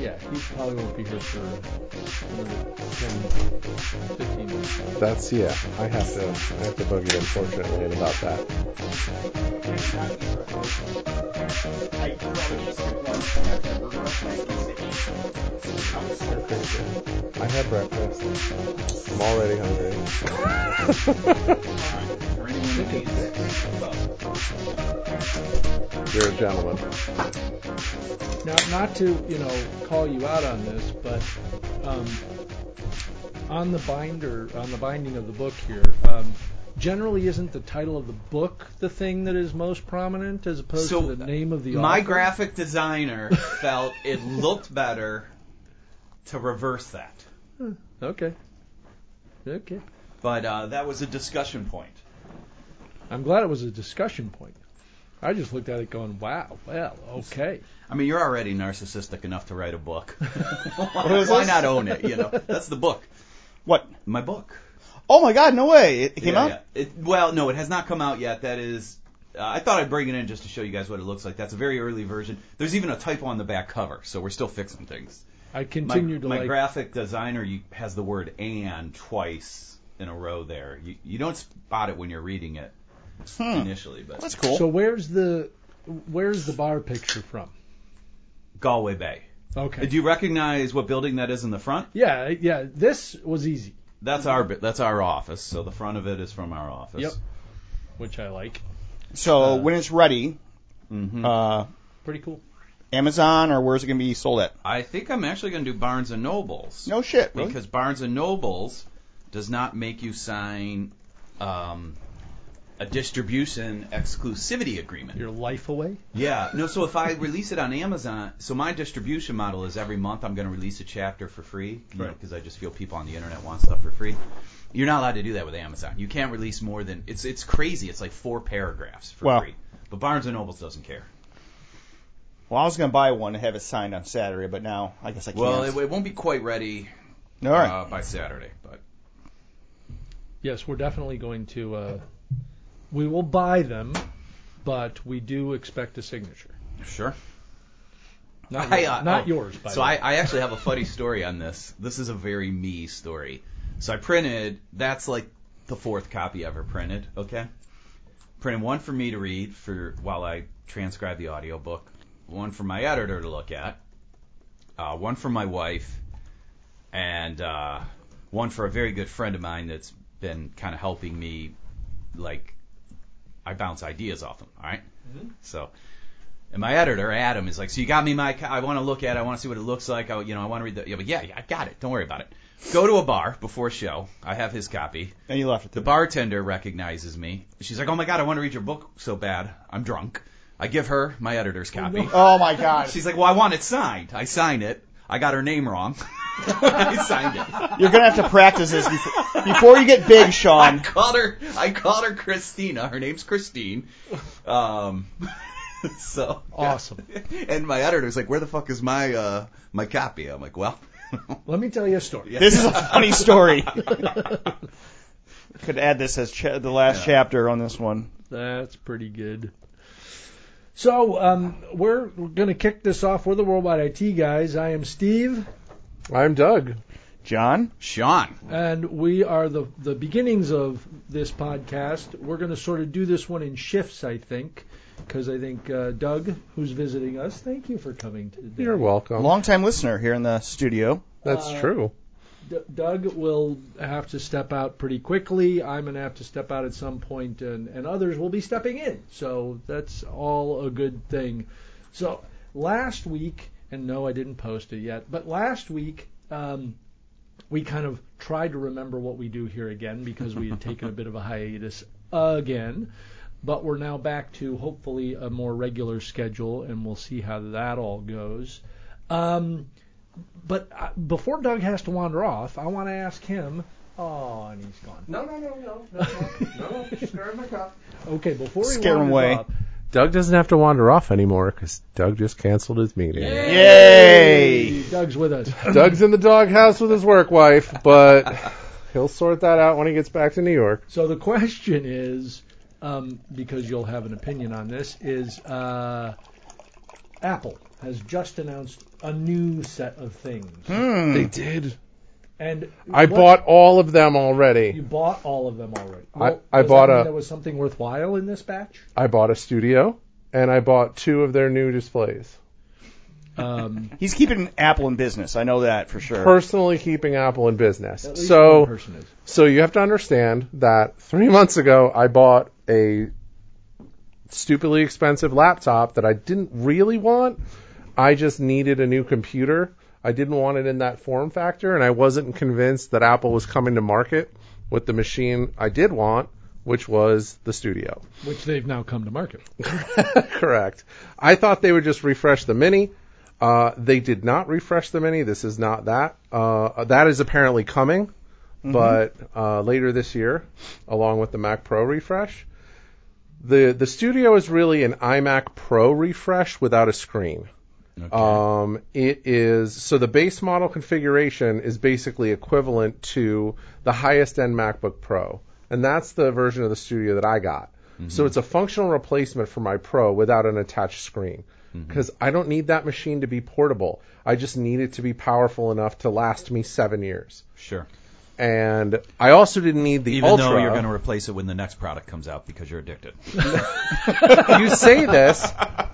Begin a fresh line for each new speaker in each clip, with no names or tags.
yeah, he probably won't be here for another 10, 15 minutes.
That's yeah. I have to I have to boogie unfortunately and about that. You're crazy. I had breakfast. I'm already hungry. You're a gentleman.
Now, not to you know call you out on this, but um, on the binder, on the binding of the book here, um, generally isn't the title of the book the thing that is most prominent, as opposed
So, uh,
to the name of the
My
author?
graphic designer felt it looked better to reverse that.
Okay. Okay.
But uh, that was a discussion point.
I'm glad it was a discussion point. I just looked at it going, wow, well, okay.
I mean, you're already narcissistic enough to write a book. why, why not own it? You know, that's the book.
What?
My book.
Oh my God! No way! It, it came
Yeah,
out.
yeah. It, well, no, it has not come out yet. That is, uh, I thought I'd bring it in just to show you guys what it looks like. That's a very early version. There's even a typo on the back cover, so we're still fixing things.
I
My,
continue to
my
like.
graphic designer you, has the word "and" twice in a row there. You, you don't spot it when you're reading it
Hmm.
initially, but
That's cool.
So where's the where's the bar picture from?
Galway Bay.
Okay.
Do you recognize what building that is in the front?
yeah, yeah. This was easy,
That's our bi- that's our office. So the front of it is from our office.
Yep. which I like.
So
uh,
when it's ready,
hmm
uh,
Pretty cool.
Amazon or where's it gonna be sold at?
I think I'm actually going to do Barnes and Nobles.
No shit. Really?
because Barnes and Nobles does not make you sign um, a distribution exclusivity agreement.
Your life away.
Yeah, no. So if I release it on Amazon, so my distribution model is every month I'm going to release a chapter for free, you
Right.
because I just feel people on the internet want stuff for free. You're not allowed to do that with Amazon. You can't release more than it's it's crazy. It's like four paragraphs for
Wow.
free. But Barnes and Nobles doesn't care.
well, I was gonna buy one and have it signed on Saturday, but now I guess I can't.
Well, it, it won't be quite ready
All right.
uh, by Saturday, but
Yes, we're definitely going to. Uh, we will buy them, but we do expect a signature.
sure.
Not,
I,
yours-
uh,
not
oh,
yours, by
so
the
I,
way.
I actually have a funny story on this. This is a very me story. So I printed. That's like the fourth copy I ever printed. Okay. Printed one for me to read for while I transcribe the audiobook. One for my editor to look at. Uh, one for my wife, and uh, one for a very good friend of mine that's been kind of helping me. Like, I bounce ideas off him. All right?
Mm-hmm.
So. And my editor, Adam, is like, so you got me my, co- I want to look at it. I want to see what it looks like. I, you know, I want to read the, yeah, but yeah, yeah, I got it. Don't worry about it. Go to a bar before a show. I have his copy.
and you left it.
The bartender recognizes me. She's like, oh my God, I want to read your book so bad. I'm drunk. I give her my editor's copy.
oh my God!
She's like, well, I want it signed. I sign it. I got her name wrong. I signed it.
You're gonna have to practice this before, before you get big,
I
Sean.
called her. I called her Christina. Her name's Christine. Um, so
Awesome.
and my editor's like, "Where the fuck is my uh my copy?" I'm like, "Well,
Let me tell you a story.
This is a funny story. Could add this as cha- the last
Yeah.
chapter on this one.
That's pretty good. So um, we're going to kick this off. We're the Worldwide IT guys. I am Steve,
I'm Doug.
John,
Sean,
and we are the the beginnings of this podcast. We're going to sort of do this one in shifts, I think, because I think uh, Doug, who's visiting us, thank you for coming today.
You're welcome.
longtime listener here in the studio.
That's
Uh,
true.
D- Doug will have to step out pretty quickly. I'm going to have to step out at some point, and, and others will be stepping in. So that's all a good thing. So last week, and no, I didn't post it yet, but last week, um, we kind of tried to remember what we do here again because we had taken a bit of a hiatus again. But we're now back to hopefully a more regular schedule, and we'll see how that all goes. Um, but uh, before Doug has to wander off, I want to ask him. Oh, and he's gone.
No, no, no, no, no, no, no, just grab my cup.
Okay, before he
Scare him
wanders
away.
off,
Doug doesn't have to wander off anymore because Doug just canceled his meeting.
Yay!
Doug's with us.
Doug's in the doghouse with his work wife, but he'll sort that out when he gets back to New York.
So the question is, um, because you'll have an opinion on this, is uh, Apple. has just announced a new set of things.
They did.
And
I
what-
bought all of them already.
You bought all of them already.
I-
Well,
I
does
bought
that mean
a-
There was something worthwhile in this batch.
I bought a studio and I bought two of their new displays.
Um,
He's keeping Apple in business. I know that for sure.
Personally keeping Apple in business.
at least one
So
person is.
so you have to understand that 3 months ago I bought a stupidly expensive laptop that I didn't really want. I just needed a new computer. I didn't want it in that form factor and I wasn't convinced that Apple was coming to market with the machine I did want, which was the studio.
which they've now come to market.
Correct. I thought they would just refresh the mini. Uh, they did not refresh the mini. This is not that. Uh, that is apparently coming, but uh, later this year, along with the Mac Pro refresh. The the Studio is really an iMac Pro refresh without a screen.
Okay.
Um, it is so the base model configuration is basically equivalent to the highest end MacBook Pro, and that's the version of the Studio that I got. So it's a functional replacement for my Pro without an attached screen,
Mm-hmm.
because I don't need that machine to be portable. I just need it to be powerful enough to last me seven years.
sure.
And I also didn't need the
Even
Ultra.
though you're going to replace it when the next product comes out because you're addicted.
you say this,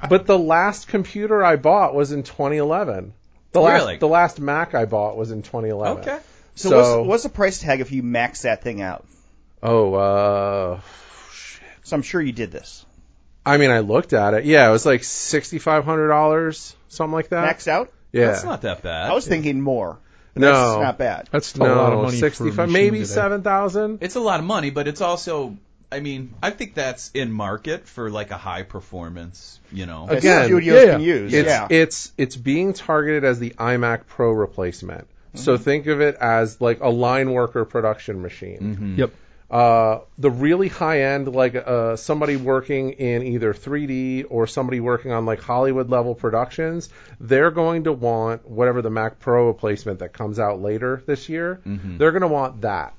but the last computer I bought was in 2011. The last
Really?
the last Mac I bought was in 2011.
Okay.
so,
So,
what's, what's the price tag if you max that thing out?
oh, uh,
So I'm sure you did this.
I mean, I looked at it. Yeah, it was like $6,500, something like that.
Maxed out?
yeah,
That's not that bad.
I was thinking more.
no,
That's not bad.
That's
no, 65, maybe 7,000.
it's a lot of money, but it's also, I mean, I think that's in market for like a high performance, you know.
That's
Again,
studios
yeah,
can
yeah.
use.
It's
yeah.
it's it's being targeted as the iMac Pro replacement. So think of it as like a line worker production machine.
Yep.
Uh, the really high end, like uh, somebody working in either 3D or somebody working on like Hollywood level productions, they're going to want whatever the Mac Pro replacement that comes out later this year. They're going to want that.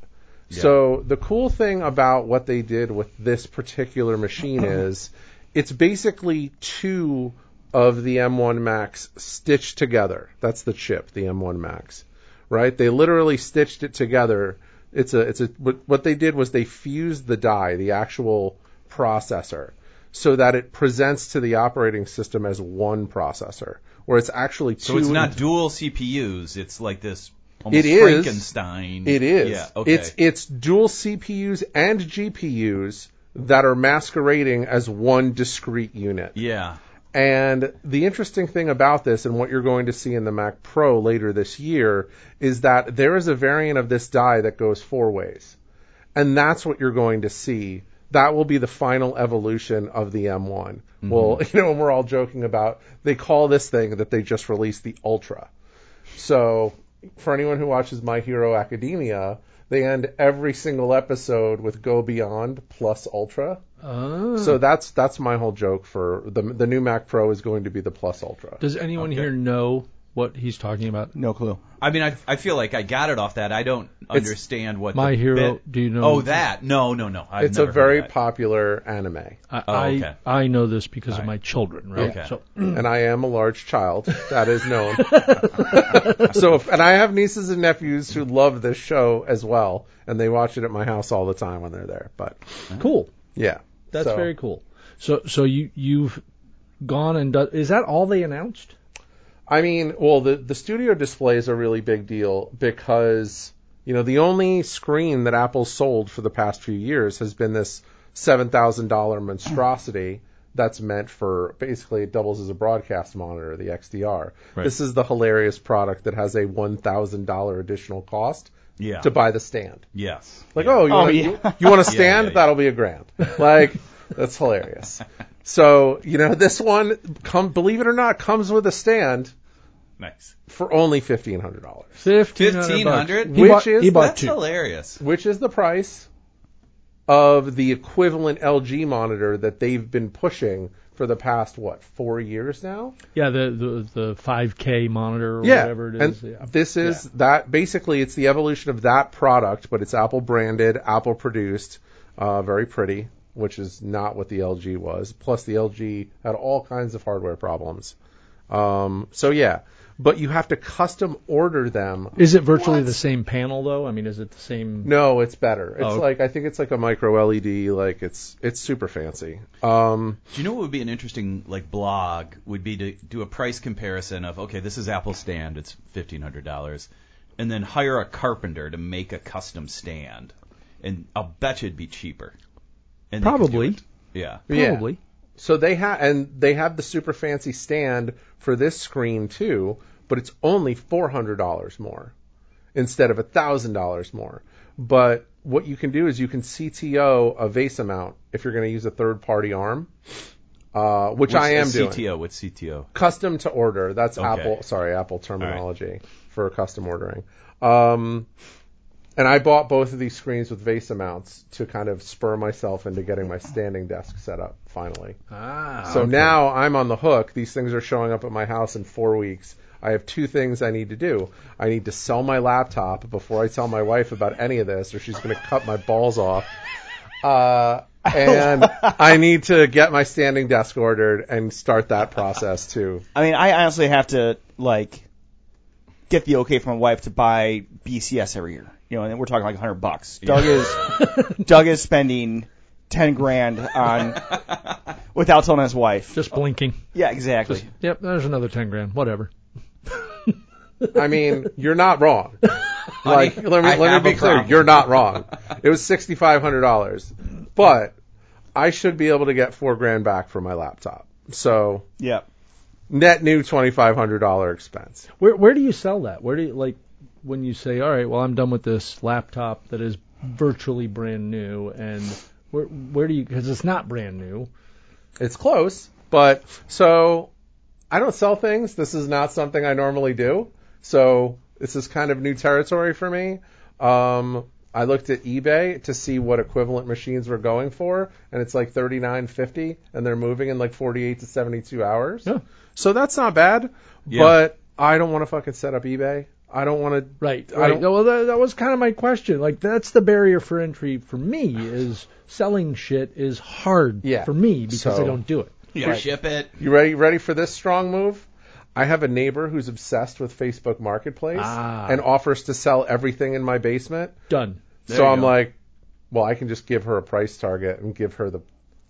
So the cool thing about what they did with this particular machine is it's basically two of the M1 Max stitched together. That's the chip, the M1 Max, right? They literally stitched it together. It's a it's a what, what they did was they fused the die, the actual processor, so that it presents to the operating system as one processor, where it's actually two.
so it's
in-
not dual CPUs. It's like this almost
It is.
Frankenstein.
It is.
Yeah. Okay.
It's it's dual CPUs and GPUs that are masquerading as one discrete unit.
yeah.
And the interesting thing about this and what you're going to see in the Mac Pro later this year is that there is a variant of this die that goes four ways. And that's what you're going to see. That will be the final evolution of the M1. Well, you know, and we're all joking about they call this thing that they just released the Ultra. So, for anyone who watches My Hero Academia, they end every single episode with Go Beyond plus Ultra.
Uh,
Hmm.
So that's that's my whole joke for the the new Mac Pro is going to be the Plus Ultra.
does anyone here know what he's talking about?
no clue.
I mean, I, I feel like I got it off that. I don't understand what
My
the
Hero.
bit-
Do you know?
Oh, that? No, no, no. I've
It's a
never
very
heard of that.
popular anime,
I,
Oh,
I-
okay.
I, know this because of my children, right?
Okay.
So,
and I am a large child. That is known. so, if, and I have nieces and nephews who love this show as well, and they watch it at my house all the time when they're there. But
cool.
yeah,
That's
So,
very cool. So, so you you've gone and done. Is that all they announced?
I mean, well, the the studio display is a really big deal because you know the only screen that Apple sold for the past few years has been this seven thousand dollar monstrosity that's meant for basically it doubles as a broadcast monitor, the XDR. This is the hilarious product that has a one thousand dollar additional cost
Yeah.
to buy the stand.
Yes.
Like, oh, you
Oh,
want
yeah.
you, you want a stand?
yeah.
That'll be a grand. Like, that's hilarious. So you know this one, come believe it or not, comes with a stand
Nice.
for only fifteen hundred dollars,
Fifteen
Fifteen hundred.
Which is-
he bought
That's
two.
hilarious.
which is the price of the equivalent LG monitor that they've been pushing for the past what four years now.
Yeah, the the the five K monitor or whatever it is.
and
yeah.
this is that basically it's the evolution of that product, but it's Apple branded, Apple produced, uh, very pretty, which is not what the LG was. Plus, the LG had all kinds of hardware problems. Um, so yeah, but you have to custom order them.
Is it virtually
What?
the same panel though? I mean, is it the same?
No, it's better. It's
Oh.
like I think it's like a micro LED. Like it's it's super fancy. Um,
Do you know what would be an interesting like blog would be to do a price comparison of okay, this is Apple stand, it's fifteen hundred dollars, and then hire a carpenter to make a custom stand, and I'll bet you it'd be cheaper. And they could do
Probably.
it. Yeah.
yeah.
Probably.
So they have and they have the super fancy stand for this screen too, but it's only four hundred dollars more instead of thousand dollars more. But what you can do is you can CTO a vase amount if you're going to use a third party arm, uh, which
What's
I am
a
doing.
CTO. What's CTO?
Custom to order. That's
Okay.
Apple. Sorry, Apple terminology for custom ordering. Um, and I bought both of these screens with vase amounts to kind of spur myself into getting my standing desk set up finally.
Ah.
So
okay.
now I'm on the hook. These things are showing up at my house in four weeks. I have two things I need to do. I need to sell my laptop before I tell my wife about any of this, or she's going to cut my balls off. Uh, and I need to get my standing desk ordered and start that process too.
I mean, I honestly have to like get the okay from my wife to buy BCS every year. You know, and we're talking like 100 bucks. Doug is Doug is spending 10 grand on without telling his wife.
Just blinking.
Yeah, exactly.
Yep. There's another ten grand. Whatever.
I mean, you're not wrong. Like, let me
I
let
have
me
a
be clear,
problem.
you're not wrong. It was sixty five hundred dollars, but I should be able to get four grand back for my laptop. So
yeah.
net new twenty five hundred dollar expense.
Where where do you sell that? Where do you like when you say, all right, well, I'm done with this laptop that is virtually brand new, and where where do you? Because it's not brand new.
It's close, but so I don't sell things. This is not something I normally do. So this is kind of new territory for me. Um, I looked at eBay to see what equivalent machines were going for, and it's like thirty nine fifty, and they're moving in like forty eight to seventy two hours.
Yeah.
So that's not bad,
Yeah.
but I don't want to fucking set up eBay. I don't want to
Right.
I
Right.
don't-
Well, that, that was kind of my question. Like, that's the barrier for entry for me is selling shit is hard
Yeah.
for me because
So-
I don't do it.
Yeah. Ship it.
You ready? Ready for this strong move? I have a neighbor who's obsessed with Facebook Marketplace
Ah.
and offers to sell everything in my basement.
Done.
There
so
you
I'm
go.
like, well, I can just give her a price target and give her the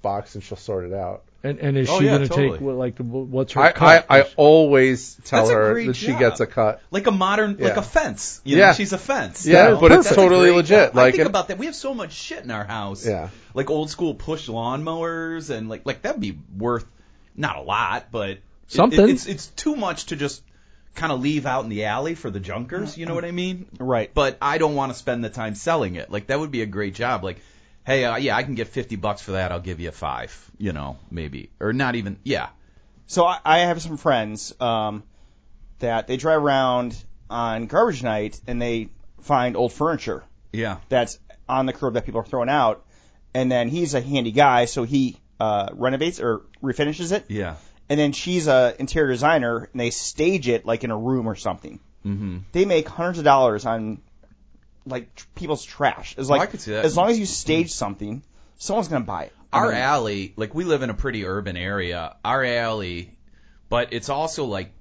box and she'll sort it out.
And and is
Oh,
she
yeah,
going to
totally.
take what, like wh- what's her
I,
cut?
I, I always tell
That's a
her that
great
she
job.
gets a cut.
Like a modern, like
Yeah.
a fence. You
Yeah.
Know, she's a fence.
Yeah,
you know?
but it's
That's a
totally
great
legit,
job.
like
I think
it-
about that. We have so much shit in our house.
Yeah.
Like old school push lawnmowers and like like that'd be worth not a lot, but it-
Something.
it- it's it's too much to just kind of leave out in the alley for the junkers. You know what I mean?
Right.
But I don't want to spend the time selling it. Like that would be a great job. Like. Hey, uh, yeah, I can get fifty bucks for that. I'll give you five, you know, maybe, or not even. Yeah,
So I, I have some friends um, that they drive around on garbage night and they find old furniture
yeah.
that's on the curb that people are throwing out. And then he's a handy guy, so he uh, renovates or refinishes it.
Yeah.
And then she's a interior designer, and they stage it like in a room or something.
Mm-hmm.
They make hundreds of dollars on like tr- people's trash. It's
Oh,
like
I could see that. Mm.
as long as you stage something, someone's gonna buy it. I
Our
mean,
alley, like we live in a pretty urban area. Our alley, but it's also like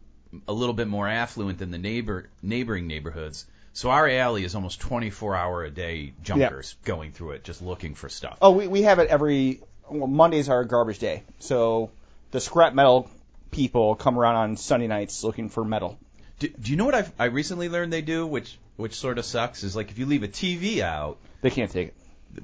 a little bit more affluent than the neighbor neighboring neighborhoods. So our alley is almost 24 hour a day junkers going through it, just looking for stuff.
Oh, we, we have it every well, Mondays are garbage day. So the scrap metal people come around on Sunday nights looking for metal.
Do, do you know what I've, I recently learned they do, which which sort of sucks, is like if you leave a TV out,
They can't take it.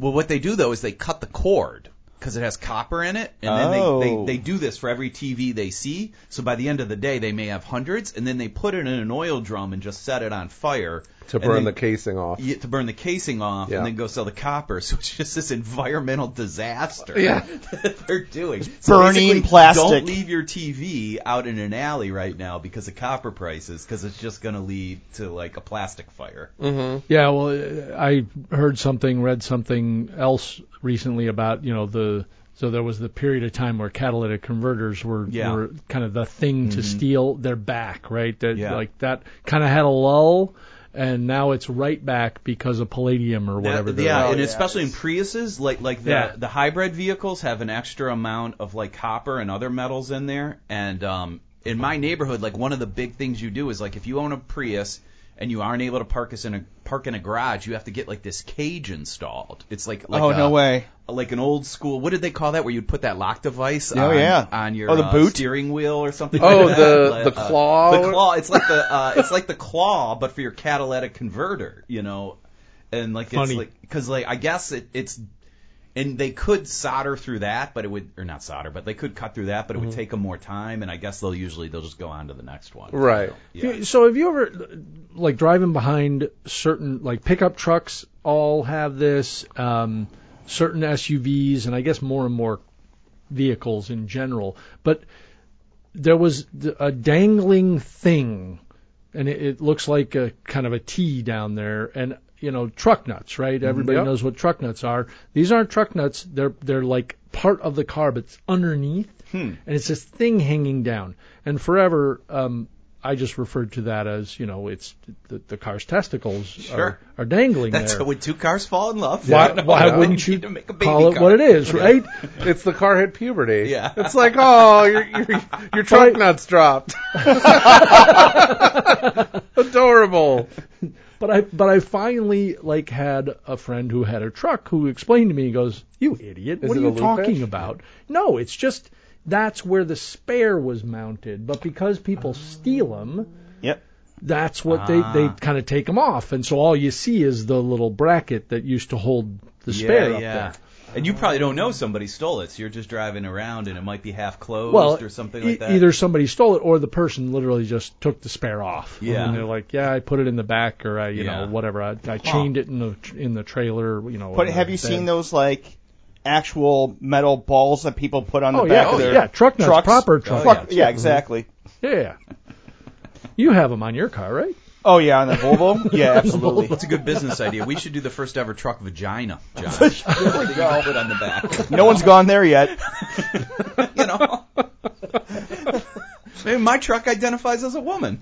Well, what they do though is they cut the cord because it has copper in it, and then
Oh.
they, they they do this for every TV they see. So by the end of the day, they may have hundreds, and then they put it in an oil drum and just set it on fire
To
and
burn the
then-
casing off.
yeah, to burn the casing off
Yeah.
and then go sell the copper. So it's just this environmental disaster
Yeah.
that they're doing.
burning
basically,
plastic.
Don't leave your TV out in an alley right now because of copper prices, because it's just going to lead to like a plastic fire.
Yeah, well, uh, I heard something, read something else recently about you know the so there was the period of time where catalytic converters were
Yeah.
were kind of the thing to steal. They're back, right? That
Yeah.
like that kind of had a lull, and now it's right back because of palladium or whatever.
That-
they're
yeah,
on.
and
yeah,
especially in Priuses, like like the
Yeah.
the hybrid vehicles have an extra amount of like copper and other metals in there, and um, in my neighborhood, like one of the big things you do is like if you own a Prius and you aren't able to park us in a park in a garage, you have to get like this cage installed. It's like, like
oh
a,
no way.
like an old school. What did they call that? Where you'd put that lock device?
Oh,
on,
yeah.
on your
Oh, the
uh,
boot?
steering wheel or something.
Oh,
like
the-
that. uh,
the claw?
The claw. It's like the uh, it's like the claw, but for your catalytic converter. You know, and like
Funny.
it's like because like I guess it, it's and they could solder through that, but it would or not solder, but they could cut through that, but
Mm-hmm.
it would take them more time. And I guess they'll usually they'll just go on to the next one.
Right.
Yeah.
You- So have you ever like driving behind certain like pickup trucks all have this um, certain SUVs and I guess more and more vehicles in general but there was th- a dangling thing and it, it looks like a kind of a T down there and you know truck nuts right everybody
Yep.
knows what truck nuts are these aren't truck nuts they're they're like part of the car but it's underneath
Hmm.
and it's this thing hanging down and forever um I just referred to that as you know it's the, the car's testicles
Sure.
are, are dangling
That's
there
when two cars fall in love.
why,
No,
why
no,
wouldn't you
need to make a baby
call it
car.
what it is right
It's the car hit puberty.
Yeah.
It's like, oh, your your, your truck
Right.
nuts dropped. Adorable.
But I but I finally like had a friend who had a truck who explained to me. He goes, "You idiot! what
it
are
a
you
loop
talking
hitch?
about? No, it's just that's where the spare was mounted. But because people steal 'em, steal them,
Yep.
that's what they they
Ah.
kind of take them off, and so all you see is the little bracket that used to hold the spare
yeah,
up
yeah.
there.
And you probably don't know somebody stole it, so you're just driving around and it might be half closed
Well,
or something
e-
like that.
either somebody stole it or the person literally just took the spare off.
Yeah.
and they're like, "Yeah, I put it in the back, or I, you
Yeah.
know, whatever. I, I chained it in the in the trailer, you know."
But
in
have
the
you
bed."
seen those like actual metal balls that people put on the
Oh,
back
yeah.
of their
Yeah, truck nuts, Mm-hmm.
trucks?
proper truck
Fuck-
nuts.
yeah, exactly.
Yeah. You have them on your car, right?
Oh yeah, on the Volvo. Yeah, absolutely.
That's a good business idea. We should do the first ever truck vagina, John. there you can put on the back.
No one's gone there yet.
You know? Maybe my truck identifies as a woman.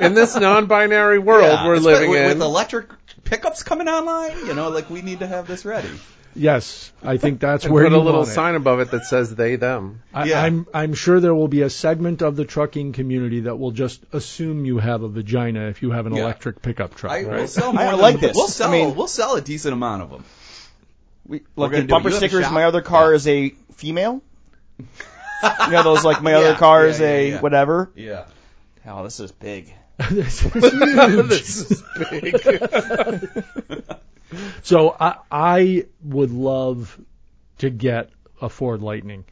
In this non-binary world
Yeah,
we're
it's-
living
with,
in,
With electric pickups coming online, you know, like we need to have this ready.
Yes, I think that's
and
where
put
you
a little
want it.
sign above it that says "they them."
I,
yeah.
I'm I'm sure there will be a segment of the trucking community that will just assume you have a vagina if you have an
Yeah.
electric pickup truck.
I, We'll
Right.
sell more
I
than-
like this.
We'll sell,
I mean-
we'll sell a decent amount of them.
We,
We're
like
gonna
the
do it.
bumper
You have a
stickers.
shop?
My other car is a female. you know those like my other
Yeah,
car
yeah,
is
yeah,
a
yeah.
whatever.
Yeah.
Oh, this is big.
This is huge.
this is big.
So I I would love to get a Ford Lightning.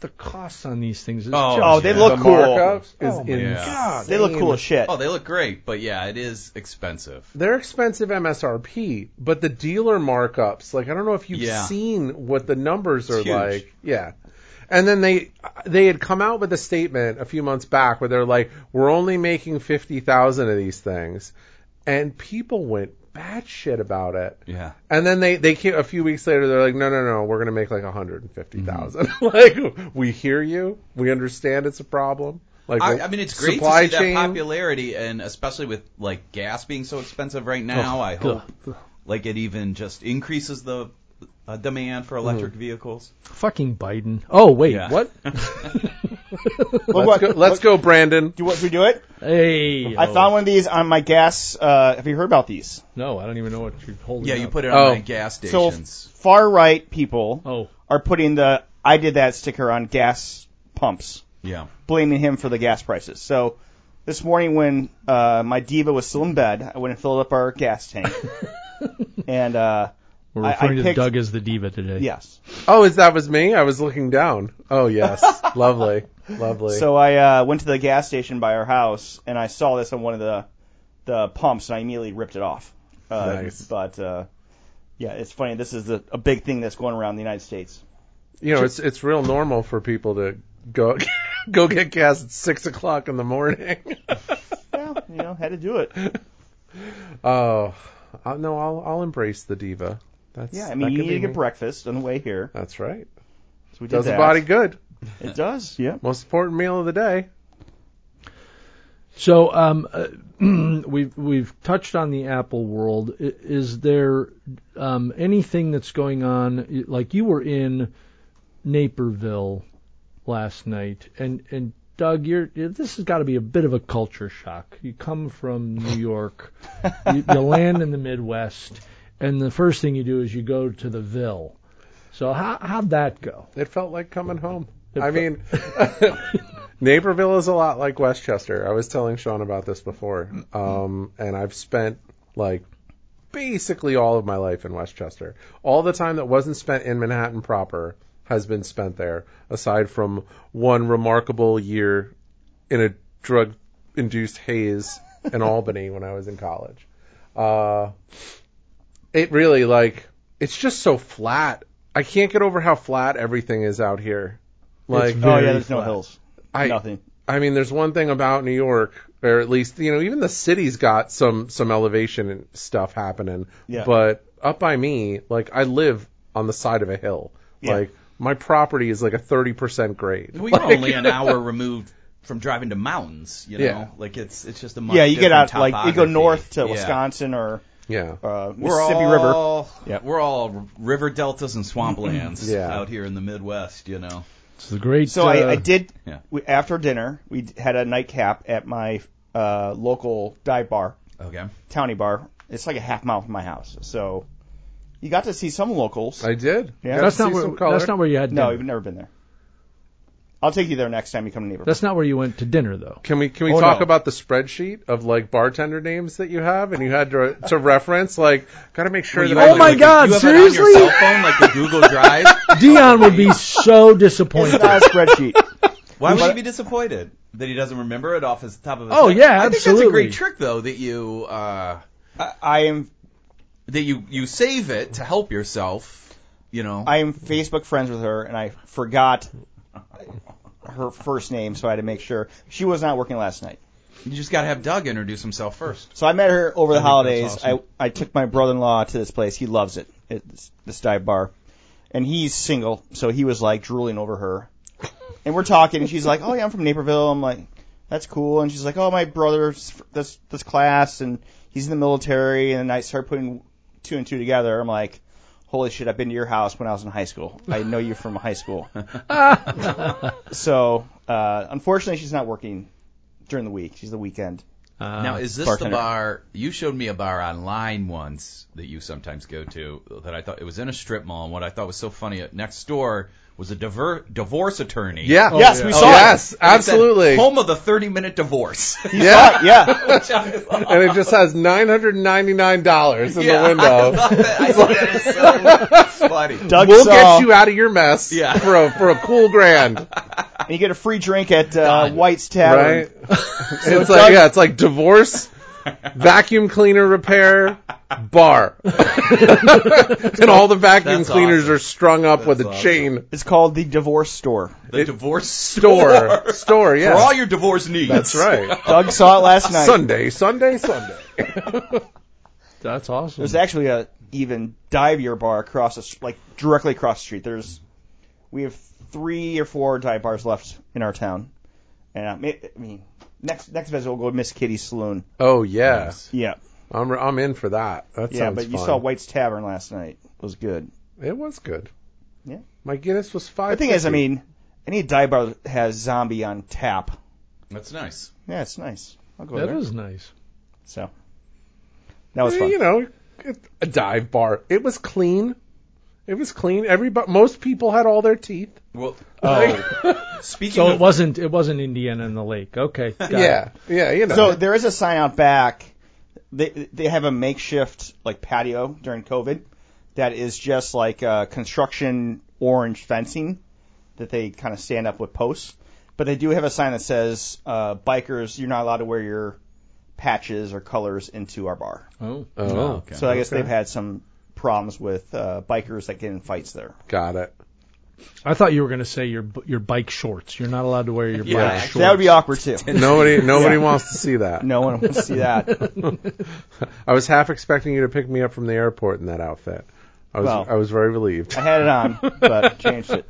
The costs on these things is
Oh,
just
Oh, they
Yeah.
the
look cool.
markup is
Oh, my
insane.
God.
They look cool as shit.
Oh, they look great, but yeah, it is expensive.
They're expensive MSRP, but the dealer markups, like I don't know if you've
Yeah.
seen what the numbers are
huge.
like. Yeah. And then they they had come out with a statement a few months back where they're like, "We're only making 50,000 of these things." And people went batshit about it.
Yeah.
And then they they came, a few weeks later they're like, "No, no, no, we're going to make like 150,000."
Mm-hmm.
like, we hear you. We understand it's a problem. Like
I, I mean, it's great to see that popularity, and especially with like gas being so expensive
Oh,
right now, I hope like it even just increases the uh, demand for electric
Mm-hmm.
vehicles.
fucking Biden. Oh wait,
Yeah.
what?
Look
Let's
what-
go, let's
look-
go Brandon.
Do what? Should we do it?
Hey,
I
oh,
found one of these on my gas. Uh, have you heard about these?
No, I don't even know what you're holding.
Yeah, you
up.
put it
Oh.
on the gas stations.
So far right people
Oh,
are putting the "I did that" sticker on gas pumps,
yeah.
blaming him for the gas prices. So this morning, when uh, my diva was still in bed, I went and filled up our gas tank, and uh,
we're
I- I
referring to
picked-
Doug as the diva today.
yes,
Oh, is that was me? I was looking down. Oh yes, lovely, lovely.
So I uh, went to the gas station by our house, and I saw this on one of the the pumps, and I immediately ripped it off. Uh,
Nice.
But uh, yeah, it's funny. This is a, a big thing that's going around the United States.
you know, it's it's real normal for people to go go get gas at six o'clock in the morning.
Well, you know, had to do it.
oh, I, no, I'll I'll embrace the diva. That's
Yeah, I
that
mean, you
could
need
be
to get
me.
breakfast on the way here.
That's right.
So we did
Does
that.
the body good.
It does. Yeah.
Most important meal of the day.
So um, uh, we've we've touched on the Apple world. I- Is there um, anything that's going on? Like you were in Naperville last night, and and Doug, you're, you this has got to be a bit of a culture shock. You come from New York, you, you land in the Midwest, and the first thing you do is you go to the Ville. So how how'd that go?
It felt like coming home. I mean, Naperville is a lot like Westchester. I was telling Sean about this before. Um, and I've spent like basically all of my life in Westchester. All the time that wasn't spent in Manhattan proper has been spent there, aside from one remarkable year in a drug induced haze in Albany when I was in college. Uh, it really, like, it's just so flat. I can't get over how flat everything is out here. Like,
It's
Oh
Very
yeah, there's no
flat.
hills.
I,
Nothing.
I mean, there's one thing about New York, or at least you know, even the city's got some some elevation and stuff happening.
Yeah.
But up by me, like I live on the side of a hill.
Yeah.
Like my property is like a thirty percent grade.
We
Like,
are only an hour removed from driving to mountains, you know.
Yeah.
Like it's it's just a much
Yeah, you get
different
out like you go
topography.
north to
Yeah.
Wisconsin or
Yeah.
uh,
We're
Mississippi River.
all,
Yep.
We're all river deltas and swamplands
Yeah.
out here in the Midwest, you know.
It's the great. uh,
So I, I did.
Yeah.
We, after dinner, we d- had a nightcap at my uh, local dive bar,
Okay.
towny bar. It's like a half mile from my house, so you got to see some locals.
I did.
Yeah.
Got
that's
That's
to
not
see
where
some color.
that's not where you had
no,
dinner.
you've never been there. I'll take you there next time you come to Naperville.
that's not where you went to dinner though.
Can we can we
Oh,
talk
no.
about the spreadsheet of like bartender names that you have and you had to to reference like got to make sure
Well, you
that I
have
Oh
it,
my
like,
God,
you have it on
seriously?
your cell phone, like the Google Drive.
Dion would be so
It's
disappointed.
not a spreadsheet.
Why would he be disappointed that he doesn't remember it off his top of his
Oh,
head?
yeah,
I think that's a
absolutely.
great trick though that you uh,
I, I am.
that you you save it to help yourself. You know.
I am Facebook friends with her, and I forgot her first name, so I had to make sure she was not working last night.
you just got to have Doug introduce himself first.
So I met her over the
I think that's
holidays.
awesome.
I I took my brother-in-law to this place. He loves it. It's this dive bar, and he's single, so he was like drooling over her. And we're talking, and she's like, "Oh yeah, I'm from Naperville." I'm like, "That's cool." And she's like, "Oh, my brother's f- this this class, and he's in the military." And I start putting two and two together. I'm like, "Holy shit! I've been to your house when I was in high school. I know you from high school." so uh, unfortunately, she's not working during the week. She's the weekend.
Uh,
now, is this
bartender.
the bar? You showed me a bar online once that you sometimes go to that I thought it was in a strip mall, and what I thought was so funny uh, next door was a diver, divorce attorney.
Yeah.
yes,
yeah.
we
Oh,
saw. it.
yes,
And it said,
absolutely.
Home of the 30 minute divorce.
yeah.
Yeah.
and it just has nine hundred ninety nine dollars in the window.
I thought that, I thought that was so funny.
Doug
we'll
saw,
get you out of your mess
Yeah.
for a, for a cool grand,
and you get a free drink at uh, White's Tavern.
right? it's like yeah, it's like divorce, vacuum cleaner repair, bar, and all the vacuum
That's
cleaners
awesome.
are strung up with a
That's awesome.
chain
It's called the Divorce Store.
The divorce store.
door store. Yeah,
For all your divorce needs.
that's right.
Doug saw it last night.
Sunday, Sunday, Sunday.
that's awesome.
There's actually a even divier bar across the, s- like directly across the street. There's we have three or four dive bars left in our town, and uh, ma- I mean next next visit we'll go to Miss Kitty's Saloon.
Oh yeah,
Yeah,
I'm I'm in for that. That
yeah.
sounds
But you
fun.
saw White's Tavern last night. It was good.
It was good.
Yeah.
My Guinness was five.
The thing is, I mean, any dive bar that has zombie on tap.
That's nice.
Yeah, it's nice. I'll go
That
there.
is nice.
So that was
Eh,
fun.
You know, it- a dive bar. It was clean. It was clean. Everybody, most people had all their teeth.
Well, speaking
So
of
it wasn't it wasn't Indiana in the lake. Okay. got it.
yeah, yeah. You know,
So there is a sign out back. They they have a makeshift like patio during COVID that is just like uh, construction orange fencing that they kind of stand up with posts. But they do have a sign that says uh, bikers, you're not allowed to wear your patches or colors into our bar.
Oh.
oh,
okay.
So I guess
Okay.
they've had some problems with uh, bikers that get in fights there.
got it.
I thought you were going to say your your bike shorts. You're not allowed to wear your
Yeah,
bike
actually,
shorts.
That would be awkward too.
Nobody, nobody wants to see that.
No one wants to see that.
I was half expecting you to pick me up from the airport in that outfit. I was,
Well.
I was very relieved.
I had it on, but changed it.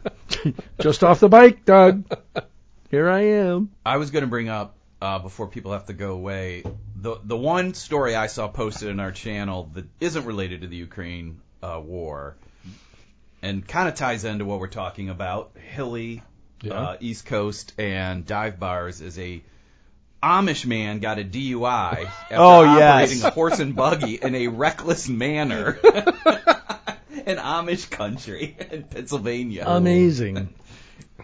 Just off the bike, Doug. Here I am.
I was going to bring up uh, before people have to go away the the one story I saw posted in our channel that isn't related to the Ukraine uh, war, and kind of ties into what we're talking about. Hilly
Yeah.
uh, East Coast and dive bars is a Amish man got a DUI after
Oh, yes.
operating a horse and buggy in a reckless manner in Amish country in Pennsylvania.
Amazing.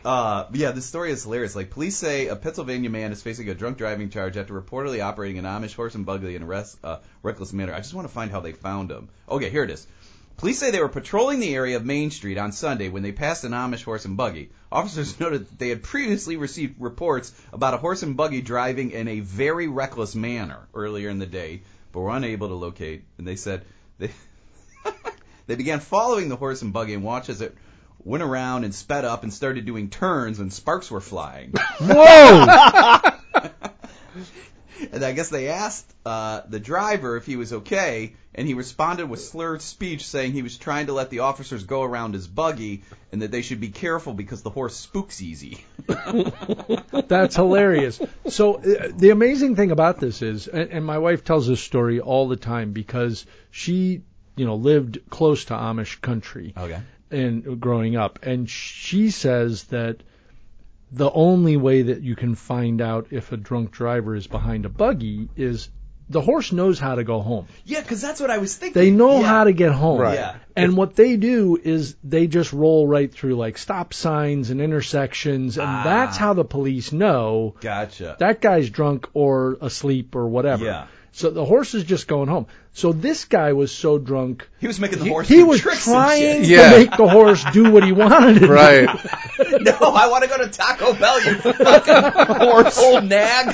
Uh, yeah, this story is hilarious. Like, police say a Pennsylvania man is facing a drunk driving charge after reportedly operating an Amish horse and buggy in a res- uh, reckless manner. I just want to find how they found him. Okay, here it is. Police say they were patrolling the area of Main Street on Sunday when they passed an Amish horse and buggy. Officers noted that they had previously received reports about a horse and buggy driving in a very reckless manner earlier in the day, but were unable to locate. And they said they they began following the horse and buggy and watched as it went around and sped up and started doing turns and sparks were flying.
Whoa!
and I guess they asked uh, the driver if he was okay, and he responded with slurred speech saying he was trying to let the officers go around his buggy and that they should be careful because the horse spooks easy.
That's hilarious. So uh, the amazing thing about this is, and, and my wife tells this story all the time because she, you know, lived close to Amish country.
Okay.
and growing up, and she says that the only way that you can find out if a drunk driver is behind a buggy is the horse knows how to go home.
Yeah, because that's what I was thinking.
They know
Yeah.
how to get home.
Right.
Yeah.
And what they do is they just roll right through like stop signs and intersections,
Ah.
and that's how the police know
Gotcha.
that guy's drunk or asleep or whatever.
Yeah.
So the horse is just going home. So this guy was so drunk
he was making the horse.
he
do
was
tricks
trying to
And shit.
Yeah.
make the horse do what he wanted. it
Right.
No, I want to go to Taco Bell. You fucking horse, old nag.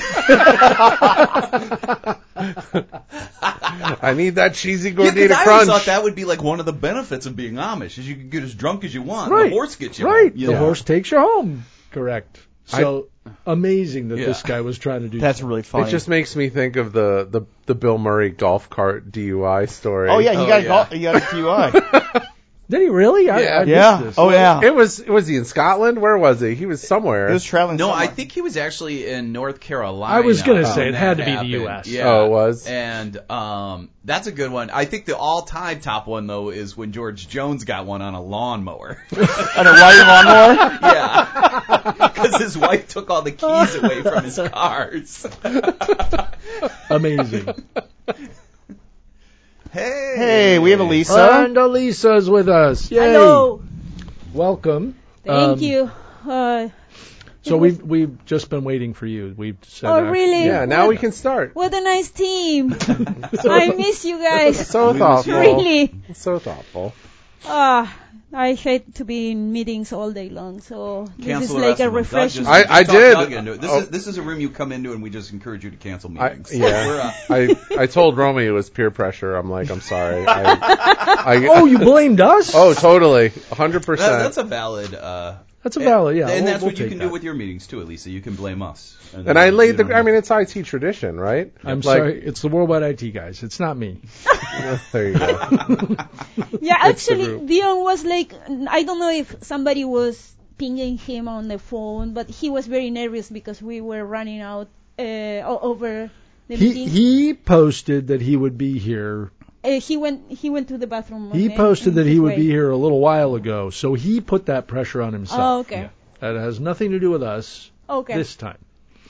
I need that cheesy
Yeah, 'cause
gordita
I always
crunch.
thought that would be like one of the benefits of being Amish is you can get as drunk as you want.
Right.
The horse gets you.
Right.
You
the
know?
horse takes you home. Correct.
I-
So amazing that
Yeah.
this guy was trying to do
That's really funny.
It just makes me think of the, the, the Bill Murray golf cart DUI story.
oh yeah, you
Oh,
got
yeah.
a you got a DUI.
Did he really? I,
Yeah.
I missed
yeah.
this.
Oh yeah.
It was was he in Scotland? Where was he? He was somewhere.
It was traveling.
No, I
somewhere.
think he was actually in North Carolina.
I was gonna say, it
when
had
that
to be the
happened.
US.
Yeah.
Oh, it was?
And um, that's a good one. I think the all-time top one though is when George Jones got one on a lawnmower.
on a riding lawnmower.
yeah, because his wife took all the keys away from his cars.
Amazing.
hey,
Hey, we have Elisa.
and Elisa's with us. Yay.
Hello.
Welcome.
Thank
Um,
you. Uh,
So
It
we've we've just been waiting for you. We've said.
Oh,
uh,
really?
yeah, now we can start.
what a nice team. I miss you guys.
So thoughtful.
Really.
So thoughtful.
Ah, I hate to be in meetings all day long, so this is
Cancel the rest
like a
of them. Doug
refresher.
just-
I-
just
I
talked
did.
Doug into it. This
Oh.
is this is a room you come into, and we just encourage you to cancel
I,
meetings. We're, uh,
yeah, I I told Romy it was peer pressure. I'm like, I'm sorry. I, I,
Oh, you blamed us?
oh, totally, 100.
that- that's
percent
a valid. Uh,
that's a valid. Yeah.
and
we'll-
that's
we'll
what you
take
can
that.
do with your meetings too, Elisa. You can blame us.
And I
then
laid
you
the.
don't
I
have-
mean, it's IT tradition, right?
I'm
Like-
sorry. It's the worldwide IT guys. It's not me.
There you go.
yeah,
That's the
actually,
group.
Dion was like, I don't know if somebody was pinging him on the phone, but he was very nervous because we were running out uh, o- over the
He
meeting.
he posted that he would be here
Uh, he went. He went to the bathroom.
He
and-
posted
and
that he
his
would
way.
be here a little while ago, so he put that pressure on himself.
Oh, okay.
That has nothing to do with us
Okay.
this time.